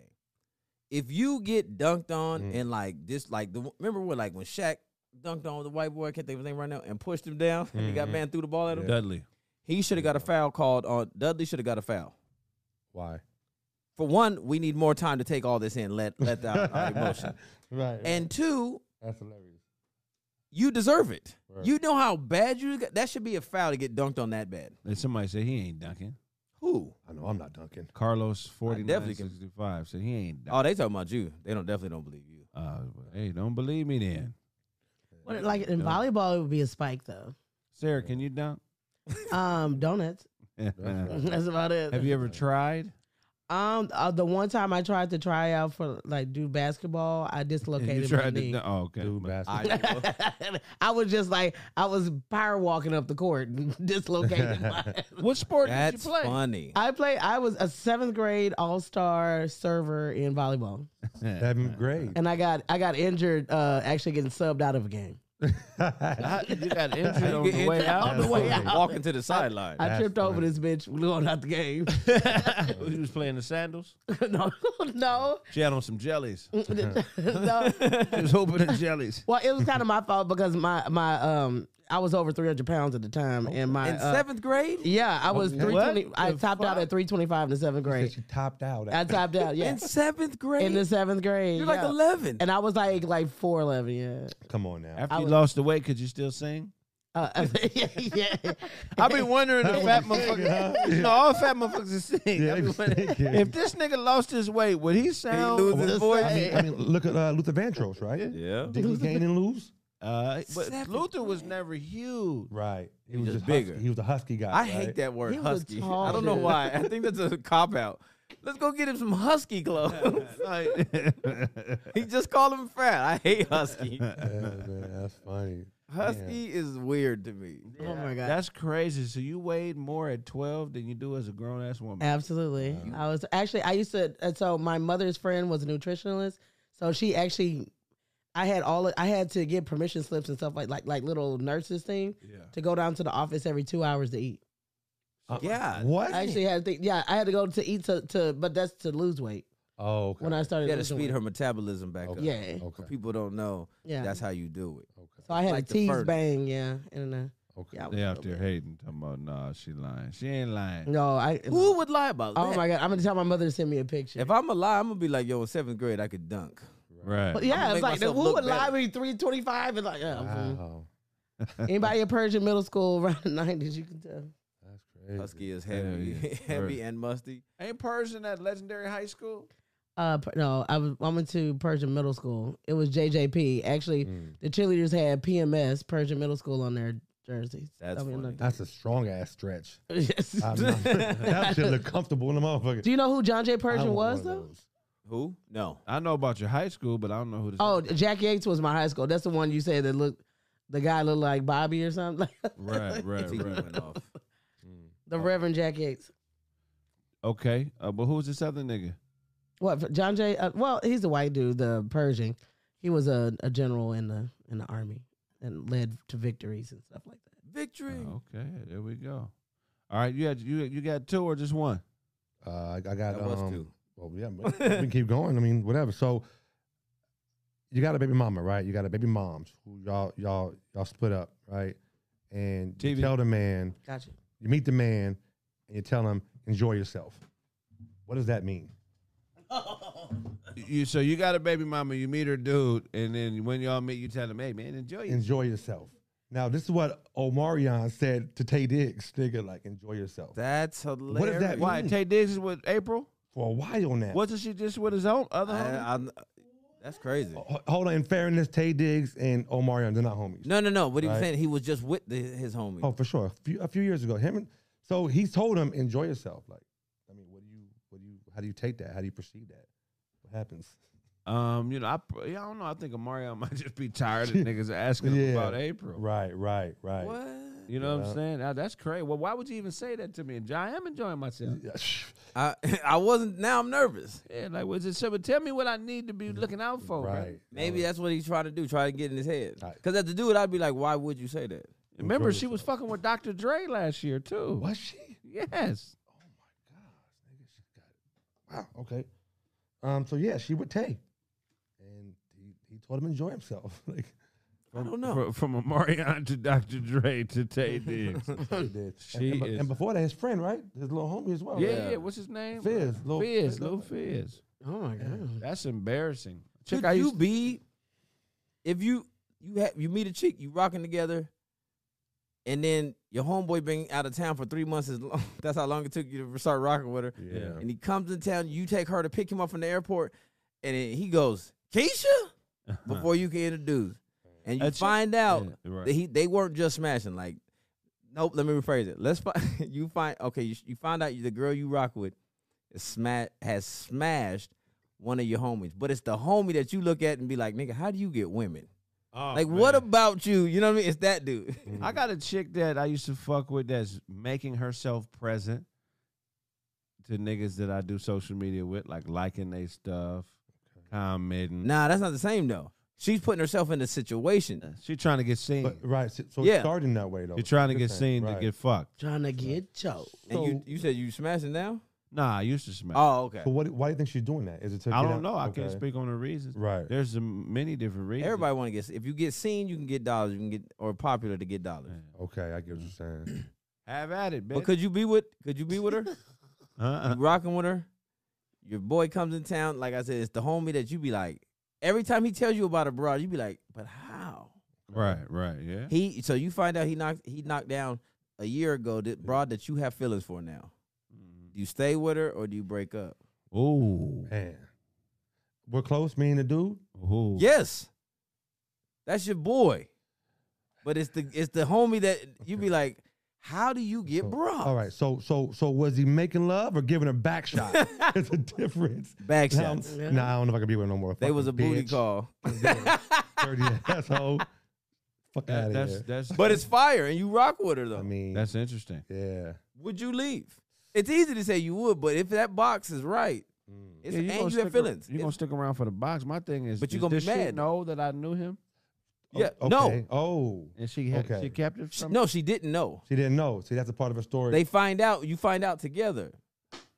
S3: If you get dunked on
S4: Mm.
S3: and like this, like the remember when like when Shaq dunked on the white boy, I can't think of his name right now, and pushed him down, and he got
S4: Mhm.
S3: man threw the ball at him.
S1: Dudley.
S3: He should have got a foul called on Dudley. Should have got a foul.
S4: Why?
S3: For one, we need more time to take all this in, let let out our emotion,
S4: [LAUGHS] Right.
S3: and two,
S4: that's hilarious.
S3: you deserve it.
S4: Right.
S3: You know how bad you got. That should be a foul to get dunked on that bad.
S1: And somebody said he ain't dunking.
S3: Who?
S4: I know I'm not dunking.
S1: Carlos
S3: I definitely can-
S1: 4965 said he ain't.
S3: Oh, they talking about you. They don't definitely don't believe
S4: [LAUGHS]
S3: you.
S1: Uh, hey, don't believe me then.
S2: What, like in
S3: No.
S2: volleyball, it would be a spike though.
S1: Sarah, can you dunk? [LAUGHS]
S2: Um, donuts. [LAUGHS]
S1: Have
S2: That's about it.
S1: you ever tried?
S2: um, uh, the one time I tried to try out for like do basketball, I
S1: And you
S2: dislocated my
S1: tried
S2: knee. [LAUGHS]
S1: to, oh, okay.
S4: Dude,
S1: But-
S3: [LAUGHS]
S4: bastard.
S3: I,
S2: I was just like I was power walking up the court, and [LAUGHS]
S1: [LAUGHS]
S2: dislocated. my-
S1: what sport
S3: that's
S1: did you play?
S3: funny.
S2: I play. I was a seventh grade all star server in volleyball,
S4: Seventh grade.
S2: and I got I got injured uh, actually getting subbed out of a game.
S1: How- you got injured
S3: You
S1: on
S3: get
S1: the way
S3: injured
S1: out.
S2: on the
S1: [LAUGHS]
S2: way out.
S3: Walking to the sideline.
S2: I
S4: That's
S2: tripped over
S4: funny.
S2: this bitch going out the game. [LAUGHS]
S1: he was playing the sandals.
S2: no, [LAUGHS] no,
S1: She had on some jellies.
S2: [LAUGHS] no.
S1: She was opening jellies.
S2: Well, it was kind of my fault because my my um I was over three hundred pounds at the time, and my
S3: In
S2: uh,
S3: seventh grade?
S2: yeah, I was
S1: What
S2: three twenty. I
S1: the
S2: topped out
S1: fuck?
S2: at three twenty five in the seventh
S4: Said [LAUGHS]
S2: grade.
S4: she topped out.
S2: I topped out, yeah,
S3: In seventh grade?
S2: in the seventh grade.
S3: You're like
S2: yeah.
S3: 11.
S2: and I was like like four eleven, yeah.
S4: Come on now.
S1: After
S2: I
S1: you
S2: was-
S1: lost the weight, could you still sing?
S2: Uh, [LAUGHS] yeah,
S1: I've been wondering if [LAUGHS] fat motherfuckers. No, all fat motherfuckers are sing.
S4: Yeah,
S1: I be
S4: they
S1: wondering,
S4: sing, yeah.
S1: if this nigga lost his weight, would he sound?
S3: lose his
S1: the
S3: voice?
S4: I
S1: same?
S4: mean, I mean, look at uh, Luther Vandross, right?
S3: Yeah.
S4: Did
S3: [LAUGHS]
S4: he gain and lose?
S1: Uh, but
S3: Seventh
S1: Luther was never huge.
S4: Right. He,
S3: was just
S4: husky.
S3: bigger.
S4: He was a husky guy.
S3: I
S4: right?
S3: hate that word
S2: He was
S3: husky.
S2: tall,
S3: I don't know
S2: dude.
S3: why. I think that's a cop out. Let's go get him some husky clothes.
S2: [LAUGHS]
S1: [LAUGHS] Like-
S3: he just called him fat. I hate
S2: [LAUGHS]
S3: husky.
S4: Yeah, man, that's funny.
S3: Husky is weird to me.
S2: Oh my god.
S1: That's crazy. So you weighed more at 12 than you do as a grown ass woman.
S2: Absolutely. I was actually I used to uh, so my mother's friend was a nutritionalist, so she actually I had all I had to get permission slips and stuff like like like little nurses thing to go down to the office every 2 hours to eat.
S3: Yeah.
S4: Uh, What?
S2: I actually had to think, yeah, I had to go to eat to, to but that's to lose weight
S4: oh, okay.
S2: when I started
S3: You got to
S2: losing
S3: speed
S2: weight.
S3: her metabolism back up.
S4: Okay.
S2: Yeah.
S4: Okay.
S3: People don't know
S2: Yeah.
S3: that's how you do it.
S2: So I had
S3: like
S2: a
S3: the
S2: tease
S3: furnace.
S2: bang, yeah, and uh,
S4: Okay.
S2: yeah. I was
S1: They
S2: a
S1: out
S2: little
S1: there
S2: bit-
S1: hating, talking about, nah, she lying. She ain't lying.
S2: No, I
S3: Who would lie about
S2: Oh
S3: that?
S2: my god, I'm going to tell my mother to send me a picture.
S3: If I'm a lie, I'm gonna be like, yo, in seventh grade I could dunk.
S1: Right.
S2: But
S3: I'ma
S2: yeah, it's
S3: make
S2: like who
S3: myself look
S2: would lie
S3: better.
S2: to me 325 and like yeah, I'm
S3: um,
S2: cool.
S4: Wow.
S2: Anybody at Persian Middle School around the 90s, you can tell.
S4: That's crazy.
S3: Husky is
S1: Hell
S3: heavy, [LAUGHS]
S1: yeah.
S3: heavy and musty.
S1: Ain't Persian at legendary high school?
S2: Uh, per- no, I, was, I went to Persian Middle School. It was JJP. Actually,
S4: Mm.
S2: the cheerleaders had PMS, Persian Middle School, on their jerseys.
S3: That's funny.
S4: That's a strong ass
S3: [LAUGHS]
S4: stretch.
S2: not- [LAUGHS] yes.
S4: I'm not- that should look comfortable in the motherfucker.
S2: Do you know who John J. Persian was, though?
S3: Who? No.
S1: I know about your high school, but I don't know who this
S2: Oh, Jack Yates was my high school. That's the one you said that looked, the guy looked like Bobby or something.
S1: [LAUGHS]
S2: [LAUGHS]
S1: Right, right,
S3: TV
S1: right.
S3: went off.
S2: the Reverend Jack Yates.
S1: Okay. Uh, but who was this other nigga?
S2: What, John J. Uh, well, he's the white dude, the Persian. He was a, a general in the in the army and led to victories and stuff like that.
S3: Victory.
S1: Oh, Okay. There we go. All right. You had you you got two or just one?
S4: Uh, I, I got.
S3: That was
S4: um,
S3: two.
S4: Well, yeah, but we can keep going. I mean, whatever. So you got a baby mama, right? You got a baby moms who y'all y'all y'all split up, right? And you
S1: TV.
S4: tell the man,
S2: Gotcha.
S4: you meet the man, and you tell him enjoy yourself. What does that mean?
S2: Uh-huh.
S1: You so you got a baby mama, you meet her dude, and then when y'all meet, you tell him, Hey man, enjoy yourself.
S4: Enjoy yourself. Now this is what Omarion said to Tay Diggs, nigga, like enjoy yourself
S3: That's hilarious.
S4: does that
S1: Why
S3: Mm.
S4: mean?
S1: Tay Diggs is with April?
S4: for a while now.
S1: Wasn't she just with his own other homie?
S3: I, I, that's crazy.
S4: Ho- Hold on, in fairness, Tay Diggs and Omarion, they're not homies.
S3: No, no, no. What he was
S4: Right.
S3: saying, he was just with the, his homie.
S4: Oh, for sure. A few, a few years ago, him. And, so he told him, enjoy yourself. Like, I mean, what do you, what do you, how do you take that? How do you perceive that? What happens?
S1: Um, you know, I, pr- yeah, I don't know. I think Amarion might [LAUGHS] just be tired of niggas asking him
S4: Yeah.
S1: about April.
S4: Right, right, right.
S3: What?
S1: You know what
S4: Yeah.
S1: I'm saying? Now, that's crazy. Well, why would you even say that to me? And I am enjoying myself.
S4: Yeah,
S3: I, [LAUGHS] I wasn't. Now I'm nervous.
S1: Yeah, like was it something? Tell me what I need to be looking out for. bro.
S4: right.
S3: Maybe that's what he's trying to do. Try to get in his head.
S4: Right.
S3: Because as a dude, I'd be like, why would you say that?
S1: Remember,
S4: Enjoy
S1: she was fucking with Dr. Dre last year too.
S4: Was she?
S1: Yes.
S4: Wow. Okay. Um. So yeah, she would Tay, and he, he told him to enjoy himself. [LAUGHS] like
S3: I don't know.
S1: From, from [LAUGHS] Amarion to Dr. Dre to Tay
S3: [LAUGHS]
S1: Diggs. yeah,
S4: [LAUGHS] he did.
S1: She
S4: and, and, be-
S1: is-
S4: and before that, his friend, right, his little homie as well. right?
S1: yeah. What's his name?
S4: Oh, Fizz, Lil-
S1: Fizz. Lil Fizz.
S2: Oh my god.
S1: That's embarrassing. Check
S3: Could
S1: out
S3: you be if you you have you meet a chick, you rocking together, and then your homeboy been out of town for three months. Is long, [LAUGHS] that's how long it took you to start rocking with her.
S4: Yeah.
S3: And he comes in town. You take her to pick him up from the airport, and then he goes Keisha
S1: [LAUGHS]
S3: before you can introduce, and you
S1: That's it.
S3: find out
S1: Yeah, right.
S3: that he they weren't just smashing. Like, nope. Let me rephrase it. Let's find [LAUGHS] you find okay. You, you find out the girl you rock with is sma- has smashed one of your homies, but it's the homie that you look at and be like, nigga, how do you get women?
S4: Oh,
S3: like, what about you? You know what I mean? It's that dude.
S1: Oh,
S3: [LAUGHS]
S1: I got a chick that I used to fuck with that's making herself present to niggas that I do social media with, like liking they stuff, commenting.
S3: Nah, that's not the same though. She's putting herself in a situation.
S1: She trying to get seen.
S4: But, right. So, so
S3: Yeah.
S4: it's starting that way though.
S1: You're trying to get
S4: It's different,
S1: seen to
S4: right.
S1: get fucked.
S2: Trying to get choked.
S3: And
S4: So,
S3: you you said you smashing down?
S1: Nah, I used to smash.
S3: Oh, okay.
S4: so what? Why do you think she's doing that? Is it? To
S1: I
S4: get
S1: don't
S4: out-
S1: know. I can't
S4: okay.
S1: speak on the reasons.
S4: Right.
S1: There's a m- many different reasons.
S3: Everybody want to get. If you get seen, you can get dollars. You can get or popular to get dollars.
S4: Okay, I get what you're saying. [CLEARS THROAT]
S1: have at it, bitch.
S3: But could you be with? Could you be with
S4: [LAUGHS]
S3: her?
S1: uh-uh.
S3: You rocking with her. Your boy comes in town. Like I said, it's the homie that you be like. Every time he tells you about a broad, you be like, but how?
S1: Right, right, yeah.
S3: He so you find out he knocked he knocked down a year ago that broad that you have feelings for now. Do you stay with her or do you break up?
S1: Ooh.
S4: Man, we're close. Me and the dude.
S1: Ooh.
S3: Yes. That's your boy. But it's the it's the homie that you be like, how do you get
S4: So-
S3: bro?
S4: All right. So so so was he making love or giving
S3: [LAUGHS]
S4: a back shot? it's a difference. [LAUGHS]
S3: Back
S4: Now,
S3: shots.
S2: Yeah.
S4: nah, I don't know if I can be with her no more.
S3: They was a
S4: Fucking
S3: booty
S4: bitch.
S3: call. [LAUGHS]
S4: [LAUGHS] Dirty asshole. Fuck
S1: That-
S4: out of
S1: that's
S4: here.
S1: that's
S3: But it's fire and you rock with her though.
S4: I mean,
S1: that's interesting.
S4: yeah.
S3: would you leave? It's easy to say you would, but if that box is right, it's,
S1: Yeah, you gonna
S3: and you have
S1: stick ar-
S3: feelings.
S1: You gonna stick around for the box? My thing is,
S3: But you
S1: does
S3: gonna be
S1: this chick
S3: mad.
S1: Know that I knew him,
S3: yeah,
S4: Mm. O-
S3: no.
S4: okay. Oh,
S1: and she had,
S4: Okay.
S1: she kept it.
S3: She-
S1: From
S3: No, she didn't know.
S4: she didn't know. See, that's a part of her [LAUGHS] story.
S3: They find out. You find out together.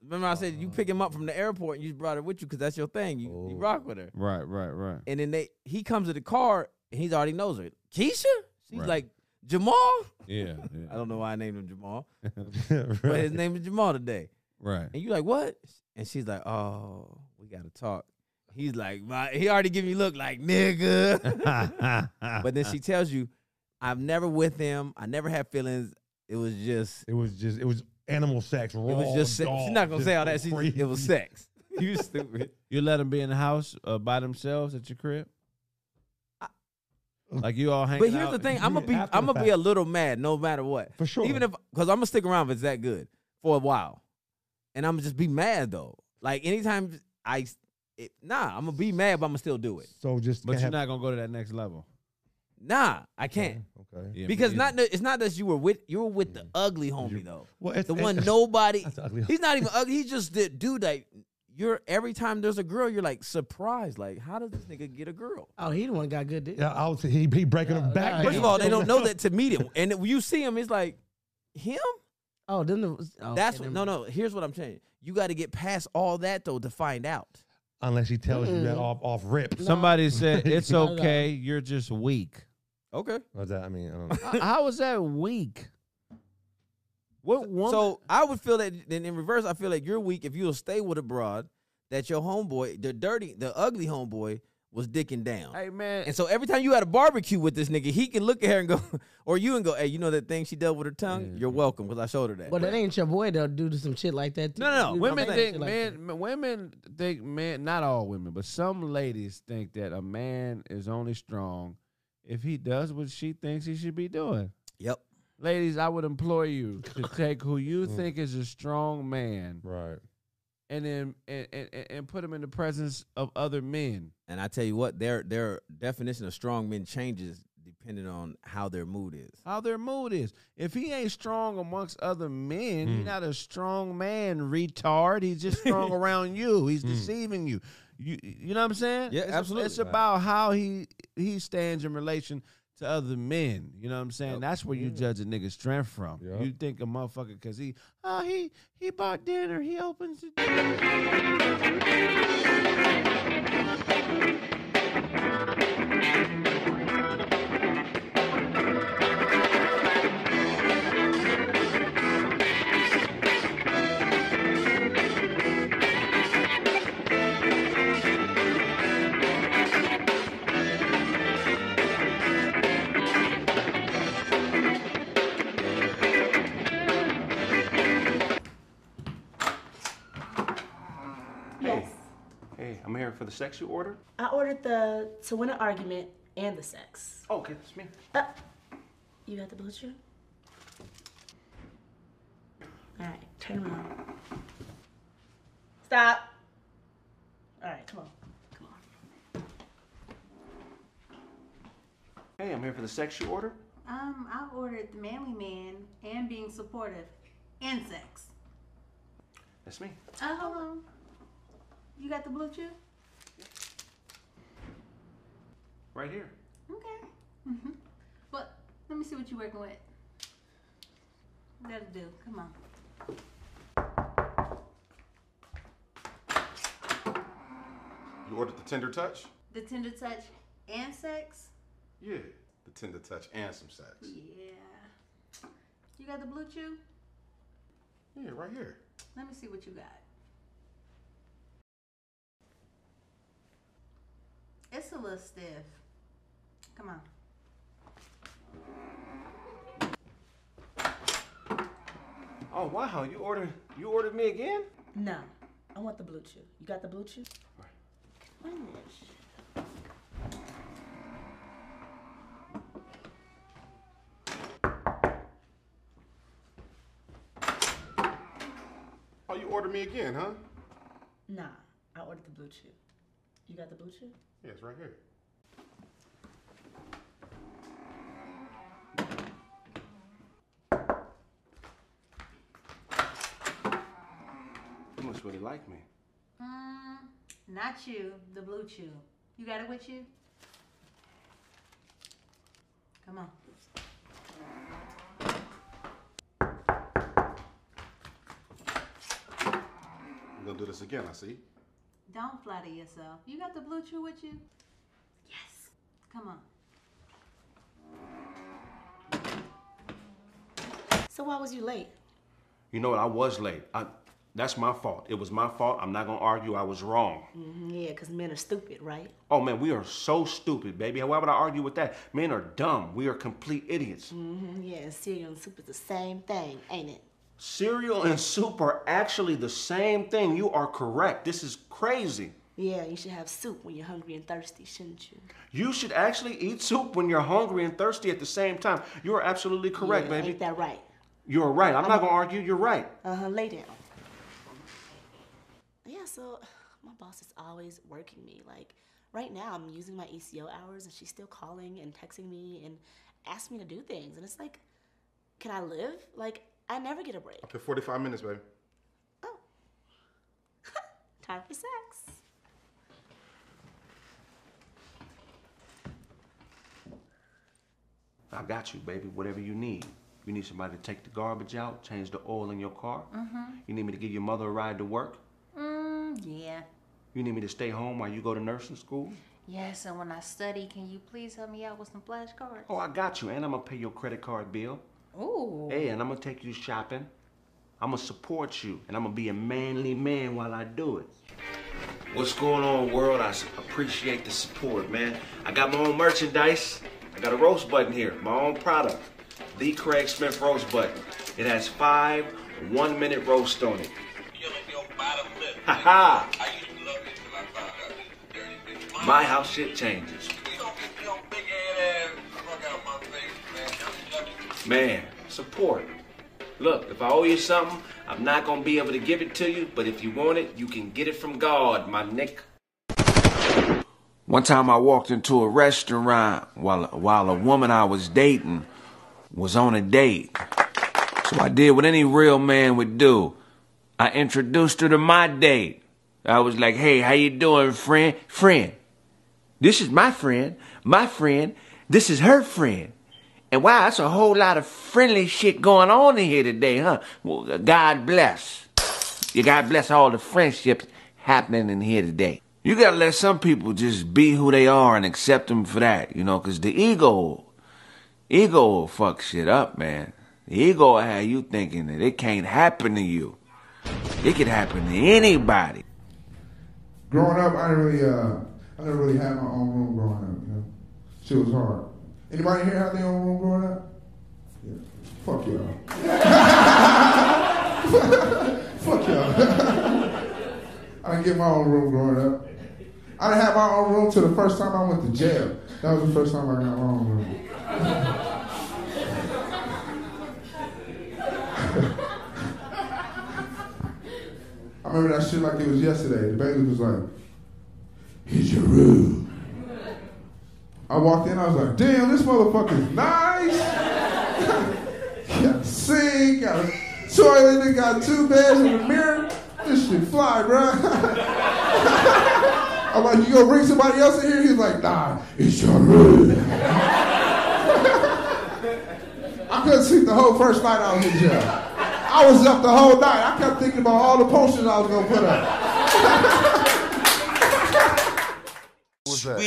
S3: Remember, I said you
S1: Uh-huh.
S3: pick him up from the airport and you brought her with you because that's your thing. You, you
S4: Oh.
S3: rock with her,
S1: Right, right, right.
S3: and then they he comes to the car and he's already knows her. Keisha, she's
S1: Right.
S3: like Jamal.
S1: Yeah, yeah.
S3: I don't know why I named him Jamal, but
S4: right.
S3: his name is Jamal today.
S1: right.
S3: And you like what? And she's like, oh, we gotta talk. He's like, my, he already give me look
S1: [LAUGHS]
S3: like nigga. [LAUGHS] [LAUGHS] but then she tells you, I've never with him. I never had feelings. It was just
S4: It was just. It was animal sex. Raw
S3: It was just
S4: Oh,
S3: sex. She's not gonna say all that. She, it was sex. You stupid.
S1: you let them be in the house uh, by themselves at your crib. Like you all hang.
S3: But here's the thing: I'm gonna be,
S4: after the
S3: I'm gonna be a
S4: fact.
S3: little mad no matter what.
S4: For sure.
S3: Even if, because I'm gonna stick around if it's that good for a while, and I'm gonna just be mad though. Like anytime I, it, nah, I'm gonna be mad, but I'm gonna still do it.
S4: So just.
S1: But
S4: can't
S1: you're not
S4: have-
S1: gonna go to that next level.
S3: Nah, I can't.
S4: Okay.
S1: Yeah, me
S3: Because
S1: either.
S3: not that it's not that you were with you were with the ugly homie though
S4: Well, it's
S3: the one
S4: [LAUGHS] it's-
S3: nobody
S4: That's ugly.
S3: he's not even ugly he's just the dude that you're every time there's a girl you're like surprised like how does this nigga get a girl
S2: Oh, he the one got good dick.
S4: Yeah, I was. He he breaking him back.
S3: First of
S4: down.
S3: all, they
S4: [LAUGHS]
S3: don't know [LAUGHS] that to meet him, and when you see him, it's like him.
S2: Oh, then the oh,
S3: That's
S2: okay, then-
S3: what, no, no. Here's what I'm saying: you got to get past all that though to find out.
S4: Unless he tells you that off off rip.
S1: Somebody [LAUGHS] said it's
S2: Not at all.
S1: okay. You're just weak.
S3: Okay.
S4: What's that? I mean, I don't know.
S1: H- How is that weak? What woman?
S3: So I would feel that then in reverse, I feel like you're weak if you'll stay with a broad that your homeboy, the dirty, the ugly homeboy, was dicking down.
S1: hey man,
S3: And so every time you had a barbecue with this nigga, he can look at her and go, [LAUGHS] or you and go, hey, you know that thing she did with her tongue? You're welcome, because I showed her that.
S2: But that ain't your boy that'll do some shit like that. to
S3: No, no, no.
S2: you.
S1: Women
S3: I'm saying
S1: think
S2: shit like
S1: men. m- Women think men. Not all women, but some ladies think that a man is only strong if he does what she thinks he should be doing.
S3: yep.
S1: Ladies, I would implore you
S2: [LAUGHS]
S1: to take who you
S2: Mm.
S1: think is a strong man
S4: Right.
S1: and then and, and, and- and put him in the presence of other men.
S3: And I tell you what, their their definition of strong men changes depending on how their mood is.
S1: How their mood is. If he ain't strong amongst other men,
S3: Hmm.
S1: he's not a strong man, retard. He's just
S3: [LAUGHS]
S1: strong around you. He's deceiving you. You you know what I'm saying?
S3: Hmm. Yeah,
S1: it's
S3: absolutely. Uh,
S1: it's about how he he stands in relation to other men. You know what I'm saying? That's where you judge a nigga's strength from.
S4: Yep.
S1: You think a motherfucker cause he oh he he bought dinner, he opens the
S5: sex you ordered?
S6: I ordered the to win an argument and the sex.
S5: Oh, okay, that's me.
S6: Uh, you got the butcher? All right, turn around. Stop. All right, come on. Come
S5: Hey, I'm here for the sex you ordered.
S7: Um, I ordered the manly man and being supportive and sex.
S5: That's me.
S6: Oh,
S7: Uh, hold on. You got the blue chip?
S5: Right here.
S7: Okay. Mm-hmm. But let me see what you're working with. That'll do. Come on.
S8: You ordered the tender touch?
S7: The tender touch and sex?
S8: Yeah. The tender touch and some sex.
S7: Yeah. You got the blue chew?
S8: Yeah, right here.
S7: Let me see what you got. It's a little stiff. Come on.
S5: Oh wow, you ordered you ordered me again?
S6: No, I want the blue chew. You got the blue chew? Finish.
S8: Oh, you ordered me again, huh?
S6: Nah, I ordered the blue chew. You got the blue chew?
S8: Yeah, it's right here.
S5: You must really like me.
S7: Mm, not you, the blue chew. You got it with you? Come on.
S8: We're gonna do this again, I see.
S7: Don't flatter yourself. You got the blue chew with you? Yes. Come on.
S6: So why was you late?
S5: You know what? I was late. I, that's my fault. It was my fault. I'm not gonna argue. I was wrong.
S6: Mm, Yeah, because men are stupid, right?
S5: Oh man, we are so stupid, baby. Why would I argue with that? Men are dumb. We are complete idiots.
S6: Mm, Yeah, and cereal and soup is the same thing, ain't it?
S5: Cereal and soup are actually the same thing. You are correct. This is crazy.
S6: Yeah, you should have soup when you're hungry and thirsty, shouldn't you?
S5: You should actually eat soup when you're hungry and thirsty at the same time. You are absolutely correct,
S6: yeah,
S5: baby.
S6: Ain't that right?
S5: You're right. I'm not gonna argue. You're right.
S6: Uh huh. Lay down. Yeah, so my boss is always working me. Like right now, I'm using my ECO hours, and she's still calling and texting me and asking me to do things. And it's like, can I live? Like I never get a break.
S8: Okay, 45 minutes, baby.
S6: Oh, [LAUGHS] time for sex.
S5: I got you, baby. Whatever you need. You need somebody to take the garbage out, change the oil in your car. You need me to give your mother a ride to work.
S7: Mm, yeah.
S5: You need me to stay home while you go to nursing school.
S7: Yes, and when I study, can you please help me out with some flashcards?
S5: Oh, I got you, and I'm gonna pay your credit card bill.
S7: Ooh.
S5: Hey, and I'm gonna take you shopping. I'm gonna support you, and I'm gonna be a manly man while I do it. What's going on, world? I s- appreciate the support, man. I got my own merchandise. I got a roast button here, my own product, the Craig Smith roast button. It has five one-minute roasts on it. Ha ha! My house shit changes. Man, support. Look, if I owe you something, I'm not gonna be able to give it to you, but if you want it, you can get it from God, my Nick. One time I walked into a restaurant while while a woman I was dating was on a date. So I did what any real man would do. I introduced her to my date. I was like, "Hey, how you doing, friend? Friend. This is my friend. My friend. This is her friend." And wow, that's a whole lot of friendly shit going on in here today, huh? Well, God bless. You God bless all the friendships happening in here today. You gotta let some people just be who they are and accept them for that, you know, 'cause the ego, ego will fuck shit up, man. The ego will have you thinking that it can't happen to you. It can happen to anybody.
S9: Growing up, I didn't really, uh, I didn't really have my own room growing up. You know, shit was hard. Anybody here have their own room growing up? Yeah. Fuck y'all. [LAUGHS] [LAUGHS] Fuck y'all. I didn't get my own room growing up. I didn't have my own room till the first time I went to jail. That was the first time I got my own room. I remember that shit like it was yesterday. The baby was like, "Here's your room." I walked in. I was like, "Damn, this motherfucker's nice." [LAUGHS] got a sink, got a toilet, it got two beds and a mirror. This shit fly, bruh. [LAUGHS] I'm like, you gonna bring somebody else in here? He's like, nah, it's your room. I couldn't sleep the whole first night I was in jail. I was up the whole night. I kept thinking about all the posters I was gonna put up.
S10: What's that?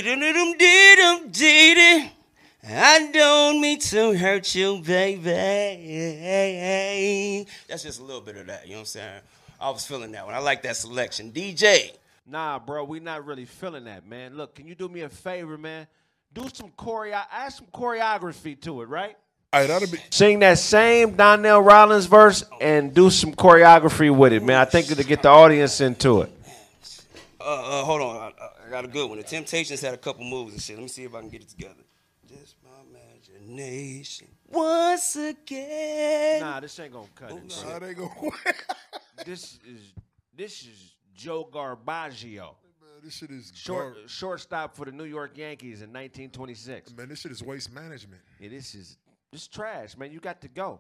S10: I don't mean to hurt you, baby. That's just a little bit of that, you know what I'm saying? I was feeling that one. I like that selection. DJ.
S1: Nah, bro, we not really feeling that, man. Look, can you do me a favor, man? Do some choreo, add some choreography to it, right?
S10: All right, that'll be.
S1: Sing that same Donnell Rollins verse and do some choreography with it, man. I think it'll get the audience into it.
S10: Uh, uh, hold on. I, I- I got a good one. The Temptations had a couple moves and shit. Let me see if I can get it together. Just my imagination. Once again.
S1: Nah, this ain't gonna cut it. bro.
S10: Nah,
S11: [LAUGHS]
S10: they go.
S1: This is this is Joe Garbaggio,
S11: this shit is
S1: short
S11: gar-
S1: shortstop for the New York Yankees in 1926.
S11: Man, this shit is waste management.
S1: Yeah, this is this trash, man. You got to go.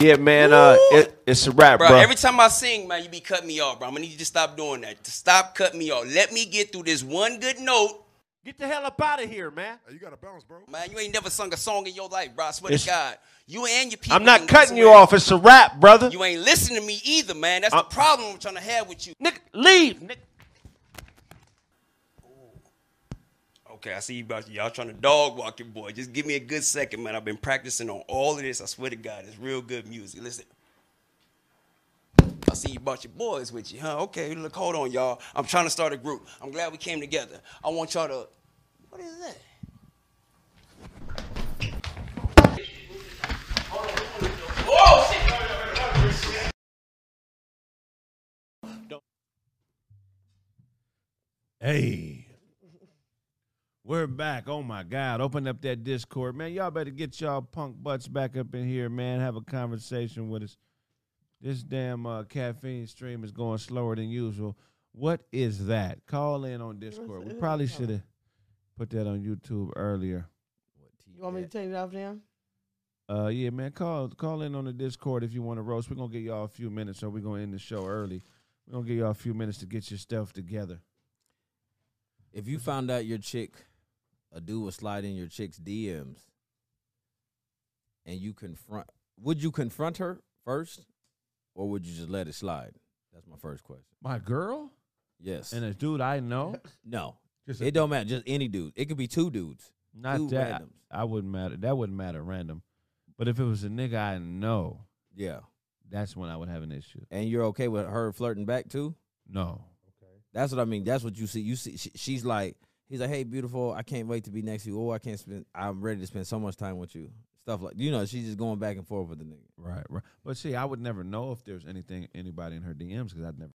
S1: Yeah, man. Uh, it, it's a wrap,
S10: Bro,
S1: bro.
S10: every time I sing, man, you be cutting me off, bro. I'm gonna need you to stop doing that. To stop cutting me off. Let me get through this one good note.
S1: Get the hell up out of here, man.
S11: Hey, you gotta bounce, bro.
S10: Man, you ain't never sung a song in your life, bro. I swear
S1: It's-
S10: to God. You and your people.
S1: I'm not
S10: can-
S1: cutting you off. It's a wrap, brother.
S10: You ain't listening to me either, man. That's
S1: Uh-
S10: the problem I'm trying to have with you.
S1: Nick, leave. Nick.
S10: Okay, I see you about y'all trying to dog walk your boy. Just give me a good second, man. I've been practicing on all of this. I swear to God, it's real good music. Listen. I see you brought your boys with you, huh? Okay, look, hold on, y'all. I'm trying to start a group. I'm glad we came together. I want y'all to. What is that? Oh, shit!
S1: Hey, we're back. Oh my God! Open up that Discord, man. Y'all better get y'all punk butts back up in here, man. Have a conversation with us. This damn uh, caffeine stream is going slower than usual. What is that? Call in on Discord. We probably should have put that on YouTube earlier.
S2: You want me to take it off now?
S1: Uh, yeah, man, call call in on the Discord if you want to roast. We're gonna get y'all a few minutes, or we're gonna end the show early. We're gonna give y'all a few minutes to get your stuff together.
S3: If you found out your chick, a dude was sliding your chick's DMs, and you confront, would you confront her first, or would you just let it slide? That's my first question.
S1: My girl
S3: Yes.
S1: and a dude I [LAUGHS] know.
S3: no.
S4: Just
S3: it don't matter. Just any dude. It could be two dudes.
S1: Not
S3: two
S1: that
S3: randoms.
S1: I wouldn't matter. That wouldn't matter random. But if it was a nigga I know,
S3: Yeah.
S1: that's when I would have an issue.
S3: And you're okay with her flirting back too?
S1: No.
S3: That's what I mean. That's what you see. You see, she, she's like, he's like, hey, beautiful. I can't wait to be next to you. Oh, I can't spend. I'm ready to spend so much time with you. Stuff like you know, she's just going back and forth with the nigga.
S1: Right, right. But see, I would never know if there was anything anybody in her DMs because I'd never